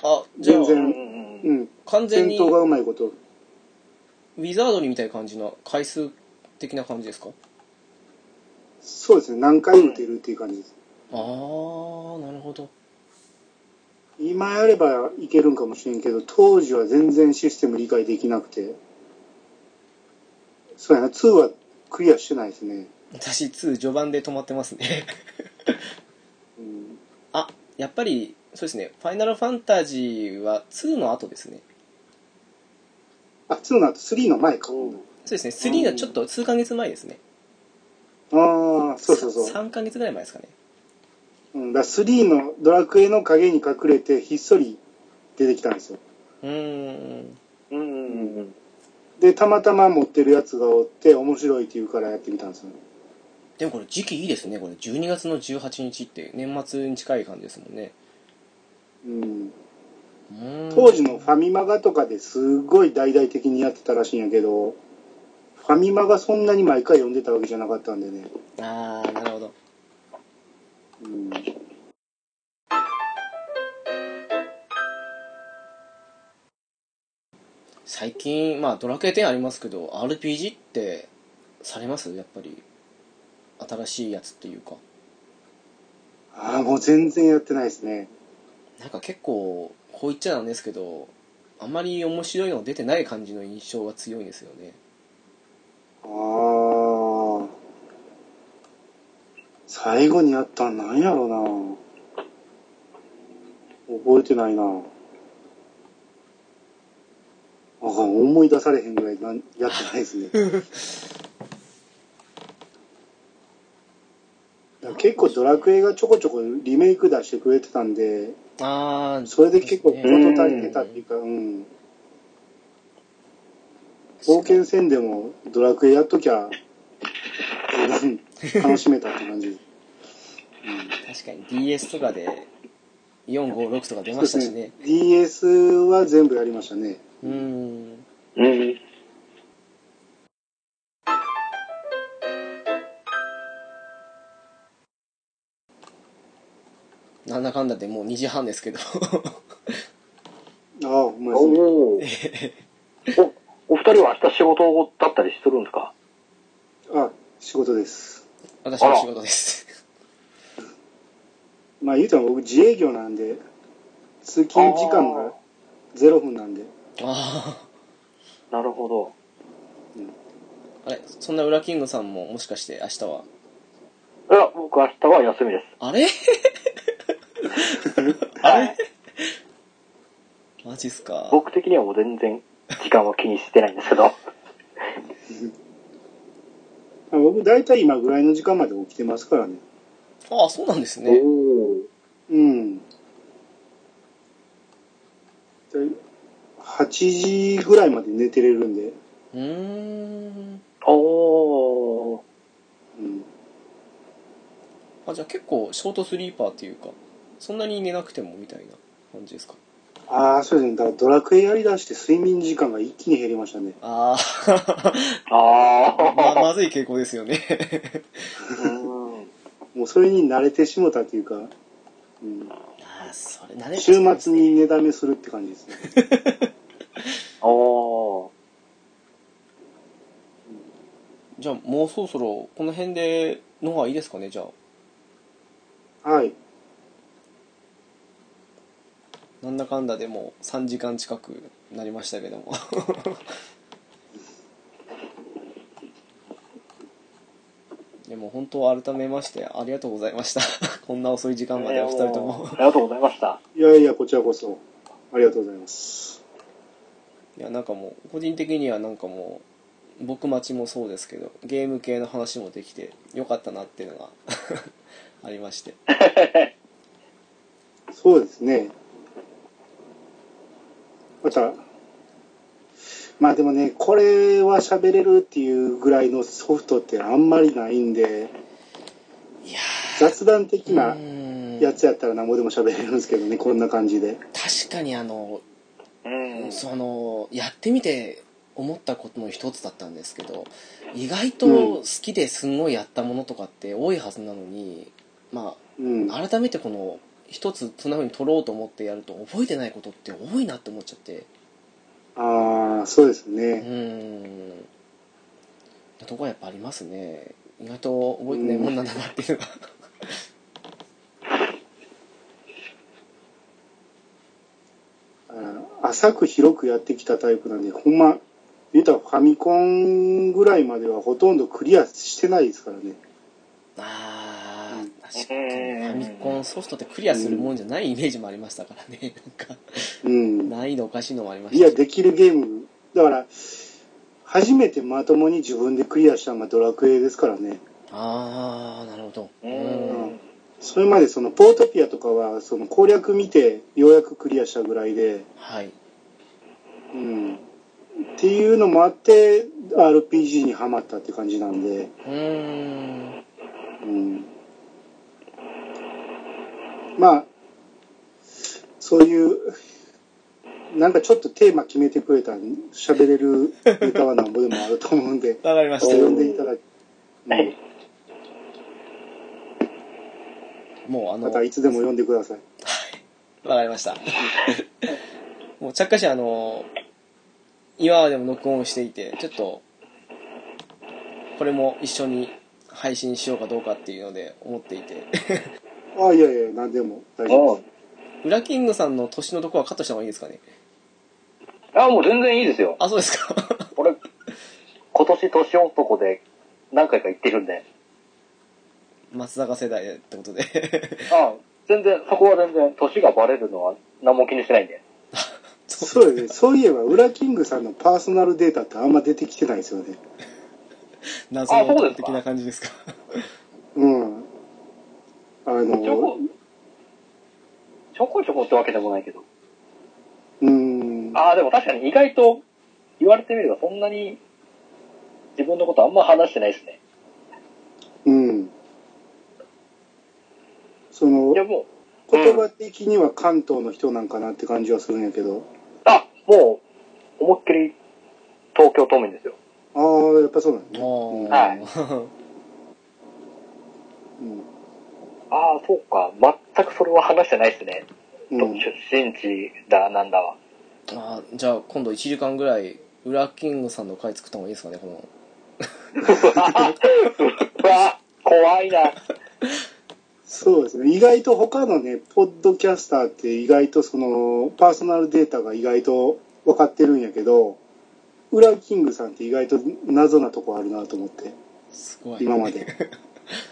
あじゃあ
全然
うんう
うんん、
完全
戦
に
闘がうまいこと。
ウィザードリーみたいな感じの回数的な感じですか
そうですね、何回打てるっていう感じです。
ああなるほど
今やればいけるんかもしれんけど、当時は全然システム理解できなくて、そうやな、2はクリアしてないですね。
私2序盤で止まってますね
うん、
あやっぱりそうですね「ファイナルファンタジー」は2の後ですね
あ、2の後、3の前か。
そうですね3がちょっと数ヶ月前ですね
ああ、そうそうそう。
3ヶ月ぐらい前ですかね
うん、だから3のドラクエの影に隠れてひっそり出てきたんですよ
うーん
うんうんうん。
でたまたま持ってるやつがおって面白いって言うからやってみたんですよ
でもこれ時期いいですねこれ12月の18日って年末に近い感じですもんね
うん、
うーん
当時のファミマガとかですごい大々的にやってたらしいんやけどファミマがそんなに毎回読んでたわけじゃなかったんでね、
ああなるほど
うん、
最近まあドラクエ10ありますけど RPG ってされますやっぱり新しいやつっていうか
ああ、もう全然やってないですね。
なんか結構こう言っちゃなんですけどあんまり面白いの出てない感じの印象が強いんですよね
ああ。最後にやったんなんやろな。覚えてないな。あかん思い出されへんぐらいなんやってないですね。いや結構ドラクエがちょこちょこリメイク出してくれてたんで、
ああ
それで結構
そうですね
事足りてたっていうか、うん。冒険戦でもドラクエやっときゃ、うん楽しめたって感じ。
確かに DS とかで456とか出
そう
ま
で
した
す
し
ね
ね。
DS は全部やりましたね。
うーん
うん。
なんだかんだでもう2時半ですけど
ああ、ほんまですね。
おお。お、お二人は明日仕事だったりするんですか
あ、仕事です。
私の仕事です
まあ言うても僕自営業なんで、通勤時間が0分なんで。
ああ
なるほど。
あれそんな裏キングさんももしかして明日はい
や、僕明日は休みです。
あれ
はい。
マジっすか
僕的にはもう全然時間は気にしてないんですけど。
まあ僕大体今ぐらいの時間まで起きてますからね。
ああそうなんです
お
ね
お。
うん。で8時ぐらいまで寝てれるんで、
うーん
おー。
うん、
あじゃあ結構ショートスリーパーっていうかそんなに寝なくてもみたいな感じですか
ああそうですねだからドラクエやりだして睡眠時間が一気に減りましたね
ああ
あー。
まあまずい傾向ですよね
うん
もうそれに慣れてしもたというか、うん、
ああそれ慣れ
週末に寝だめするって感じですね
おー。
じゃあもうそろそろこの辺での方がいいですかねじゃあ
はい
なんだかんだでもう3時間近くなりましたけども でも本当改めましてありがとうございましたこんな遅い時間までお二人とも
ありがとうございました。
いやいやこちらこそありがとうございます
いやなんかもう個人的にはなんかもう僕待ちもそうですけどゲーム系の話もできてよかったなっていうのが ありまして
そうですねまたまあでもねこれは喋れるっていうぐらいのソフトってあんまりないんで
いや
雑談的
ー
な
うーん
やつやったら何もでも喋れるんですけどねこんな感じで
確かにあの
うん
そのやってみて思ったことの一つだったんですけど意外と好きですんごいやったものとかって多いはずなのに、ま
うん
あ改めてこの一つそんな風に取ろうと思ってやると覚えてないことって多いなって思っちゃって
ああそうです
う
ね
ーんとこはやっぱありますね意外と覚えてないもんなんだなっていうのが、
あの浅く広くやってきたタイプなんでほんま言うたらファミコンぐらいまではほとんどクリアしてないですからね
あ
う
ー
ん
確かにファミコンソフトってクリアするもんじゃないイメージもありましたから ねなんか
うん
難易度おかしいのもありました
いやできるゲームだから初めてまともに自分でクリアしたのがドラクエですからね
ああなるほどう
うん
ん
それまでそのポートピアとかはその攻略見てようやくクリアしたぐらいで
はい
うんっていうのもあって RPG にはまったって感じなんで、
うーん
うん、まあそういうなんかちょっとテーマ決めてくれたら喋れるネタはなんぼでもあると思うんで
わかりまし
呼ん
た
でいただき、
は
うん
い、
もうあの
またいつでも呼んでください
わかりましたもうちゃっかしあの今までもノックオンしていて、ちょっと、これも一緒に配信しようかどうかっていうので思っていて。
あいやいや何でも大丈夫
も
で
う
す、
ウラキングさんの年のとこはカットした方がいいですかね。
あ、もう全然いいですよ。
あ、そうですか。
俺、今年年男で何回か行ってるんで。
松坂世代ってことで。
あ全然、そこは全然、年がバレるのは何も気にしないんで。
そうやねそういえばウラキングさんのパーソナルデータってあんま出てきてないですよね
謎
あそう
の
ですか
的な感じですか。
うんあ
ちょこ
の、
ちょこちょこってわけでもないけど。
うん
ああ、でも確かに意外と言われてみればそんなに自分のことあんま話してないですね。
うんその
いやも
言葉的には関東の人なんかなって感じはするんやけど
う、あ、もう思いっきり東京都民ですよ。
ああやっぱそうなんだね、
もう、
はいああ、そうか。全くそれは話してないですね。
うんうん
出身地だ、なんだわ。
あじゃあ今度1時間ぐらい、ウラキングさんの回作った方がいいですかね、この。
うわ、怖いな。
そうですね意外と他のねポッドキャスターって意外とそのパーソナルデータが意外と分かってるんやけどウラキングさんって意外と謎なとこあるなと思って
すごい。
今まで、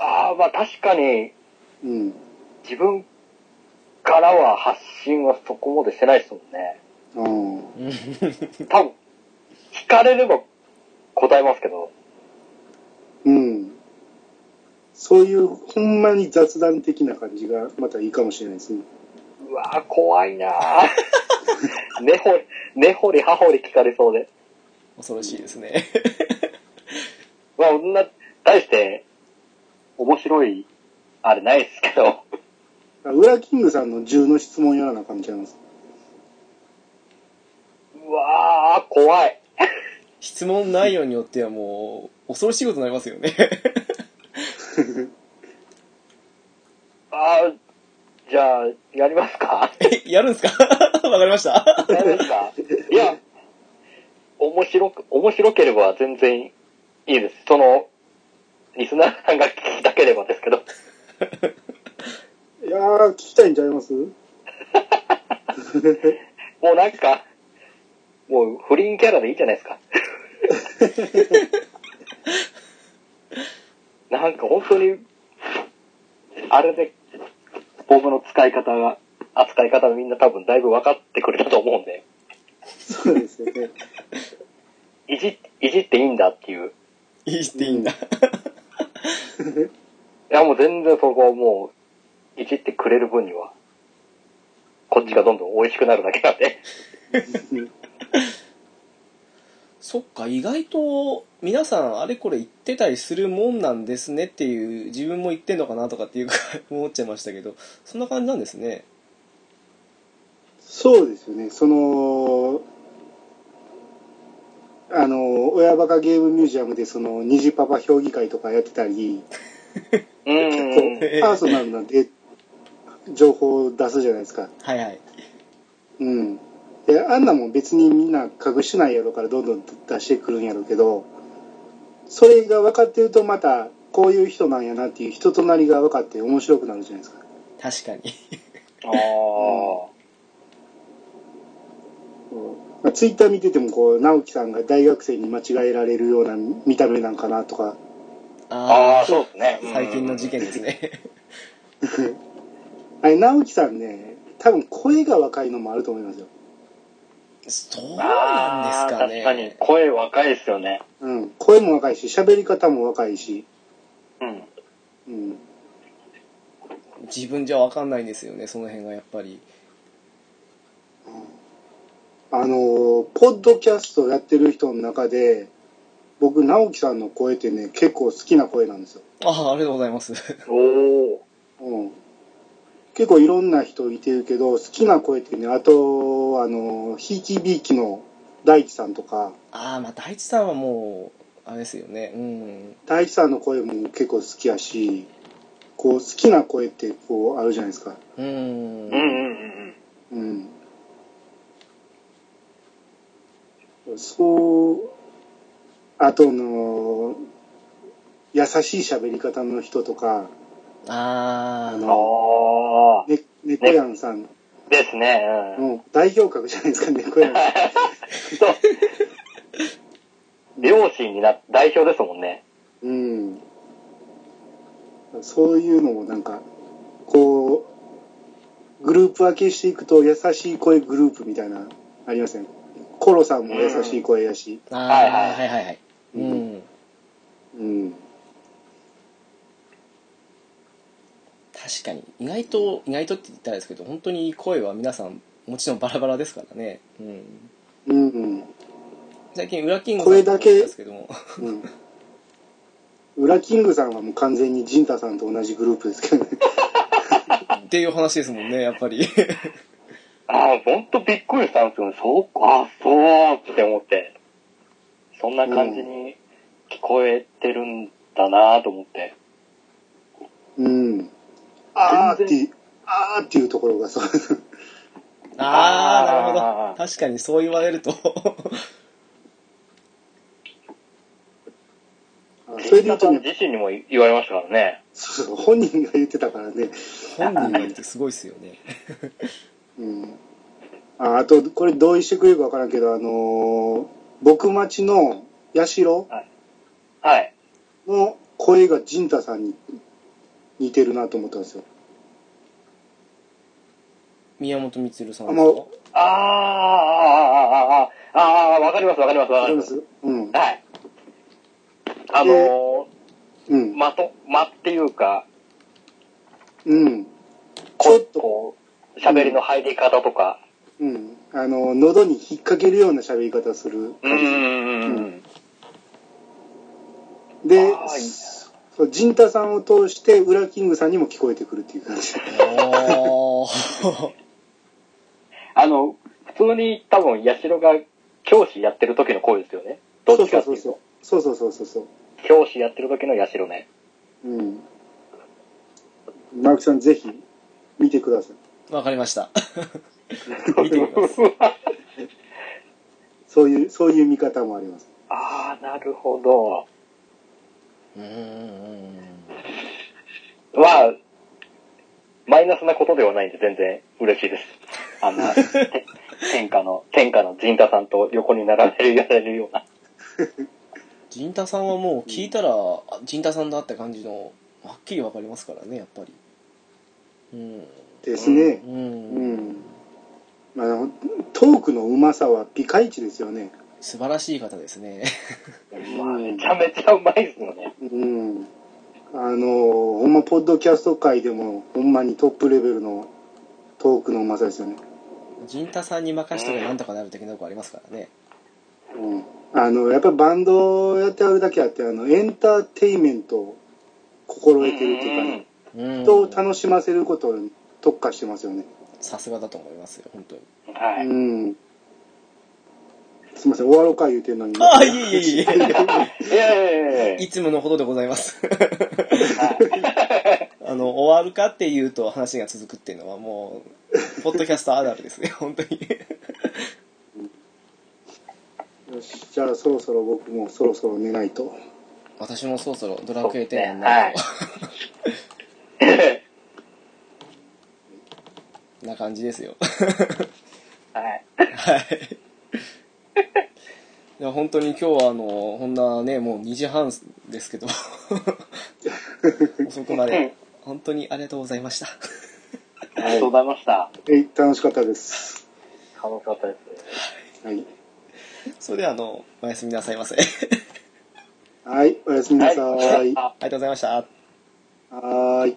ああ、まあ確かに
うん、
自分からは発信はそこまでしてないですもんね。
うん
多分、聞かれれば答えますけど。
うん。そういう、ほんまに雑談的な感じが、またいいかもしれないですね。
うわぁ、怖いなぁ。根掘り、根掘り葉掘り聞かれそうで。
恐ろしいですね。
まあ、そんな、大して、面白い、あれないですけど。
あウラキングさんの銃の質問やらな感じなんです。
うわぁ、怖い。
質問内容によってはもう、恐ろしいことになりますよ ね。
あーじゃあ、やりますか
えやるんですか わかりました。
やりますかいや、面白く、面白ければ全然いいです。その、リスナーさんが聞きたければですけど。
いやー、聞きたいんちゃいます
もうなんか、もう不倫キャラでいいじゃないですか。なんか本当に、あれで、ボムの使い方が、扱い方みんな多分だいぶ分かってくれたと思うんで、
そうですよね。
いじ、いじっていいんだっていう。
いいっていいんだ。
いやもう全然そこはもう、いじってくれる分には、こっちがどんどん美味しくなるだけなんで。
そっか、意外と皆さんあれこれ言ってたりするもんなんですねっていう、自分も言ってんのかなとかっていうか 思っちゃいましたけど、そんな感じなんですね。
そうですよね。その、あの、親バカゲームミュージアムで、その、虹パパ評議会とかやってたり、
う
こ
ん
う、。パーソナルなで情報を出すじゃないですか。
はいはい。
うん。で、あんなもん別にみんな隠してないやろからどんどん出してくるんやろうけど、それが分かってるとまた、こういう人なんやなっていう人となりが分かって面白くなるじゃないですか。
確かに。
ああ。
まあ、ツイッター見ててもこう、直樹さんが大学生に間違えられるような見た目なんかなとか、
ああ、
あ
そうですね。
あ、最近の事
期。
件ですね。
あれ、直樹さんね、多分声が若いのもあると思いますよ。
そうなんですかね。
あー確かに、声若いですよね。
うん。声も若いし、喋り方も若いし、
うん。
うん。
自分じゃわかんないんですよね、その辺がやっぱり。
あのーポッドキャストやってる人の中で僕直樹さんの声ってね結構好きな声なんですよ、
ああ、ありがとうございます。
おお。
うん、結構いろんな人いてるけど好きな声ってねあとあのーひいきびいきの大地さんとか
ああ、まあ大地さんはもう、あれですよね。うん。
大地さんの声も結構好きやしこう好きな声ってこうあるじゃないですか
うん。
うんうんうんうん。
うんそう、あとの、優しい喋り方の人とか、
あ
あ
ー、
の、
ああ。
ね、猫やんさん
ですね。うん。
の代表格じゃないですか、猫やんさん。
そう。両親にな、代表ですもんね。
うん。そういうのもなんか、こう、グループ分けしていくと、優しい声グループみたいな、ありませんコロさんも優しい声やし、
あー、は
はいい
は
はい
はいはい。うん。
うん。
確かに。意外と、意外とって言ったらですけど、本当に声は皆さん、もちろんバラバラですからね。うん。
うん、うん。
最近、裏キング
声だけ
さんですけども。
うん。裏キングさんはもう完全にジンタさんと同じグループですけ どね。
っていう話ですもんね、やっぱり。
ああ、ほんとびっくりしたんですよね。そうか、あそうって思って。そんな感じに聞こえてるんだなと思って。
うん。あーっ
全
て、あーっていうところがそう。
あー、
あー
なるほど。確かにそう言われると。
それで言
田
うと
さん
ね、
自身にも言われましたからね。
そうそう本人が言ってたからね。
本人が言うとすごいですよね。
うん。ああと、これ同意してくれるかわからんけど、あのー僕町の社
はい。
の声がジンタさんに似てるなと思ったんですよ。
宮本光さん
あ
と
まあ
か。
ああ、ああ、ああ、ああ、ああ、わかりますわかりますわ
わかり
かりま。
ますすうん。
はい。あの
うん
ー、。間と、間っていうか、
うん。
ち
ょ
ょ
っ
っ
と
と、喋りの入り方とか。
うん。あの、喉に引っ掛けるような喋り方する
う
感じ。
ん。
で
あーいいね、
そう、ジンタさんを通して、ウラキングさんにも聞こえてくるっていう感じ。
おー。
あの、普通に多分、八代が教師やってる時の声ですよね。どっ
そう
ち
そ
か
う
って
そ
いううと。
そう。そうそうそうそうそう。
教師やってる時の八代ね。
うん。マークさん、ぜひ、見てください。
わかりました。見てみます。
そういう、そういう見方もあります。
ああ、なるほど。
うーん。
まあ、マイナスなことではないんで全然嬉しいです。あの、 て天下の、天下の陣太さんと横に並べられるような。
ジンタさんはもう聞いたら、あジンタさんだって感じの、はっきりわかりますからね、やっぱり。うん。
ですね。
う。
うんん。まあ、トークのうまさはピカイチですよね。
素晴らしい方ですね。
めちゃめちゃうまいですよね。
うん。あの、ほんま、ポッドキャスト界でも、ほんまにトップレベルのトークのうまさですよね。
ジンタさんに任しとけばなんとかなる的なとこありますからね。
うんあのやっぱりバンドをやってあるだけあってあのエンターテインメントを心得てるっていうか、ね、
うん。
人を楽しませることに特化してますよね
さすがだと思いますよ、本当に。
は
う
い。
んすいません終わろうか言うてんのに
ああ、いえいえいえ。
いやいやいやいや
いつものほどでございます。 あの、終わるかっていうと話が続くっていうのはもう、ポッドキャストあるあるですね、本 当に。
よしじゃあそろそろ僕もそろそろ寝ないと
私もそろそろドラクエ10やん
は
ないいと。な感じですよ。
はい。
はい。いや、本当に今日はあの、こんなね、もう2時半ですけど、遅くまで、本当にありがとうございました。
ありがとうございました。
え楽しかったです
楽しかったです。
はい、
それではあの、おやすみなさいませ。あり
はい、おやすみなさい、
はい。
がとうございました。
はーい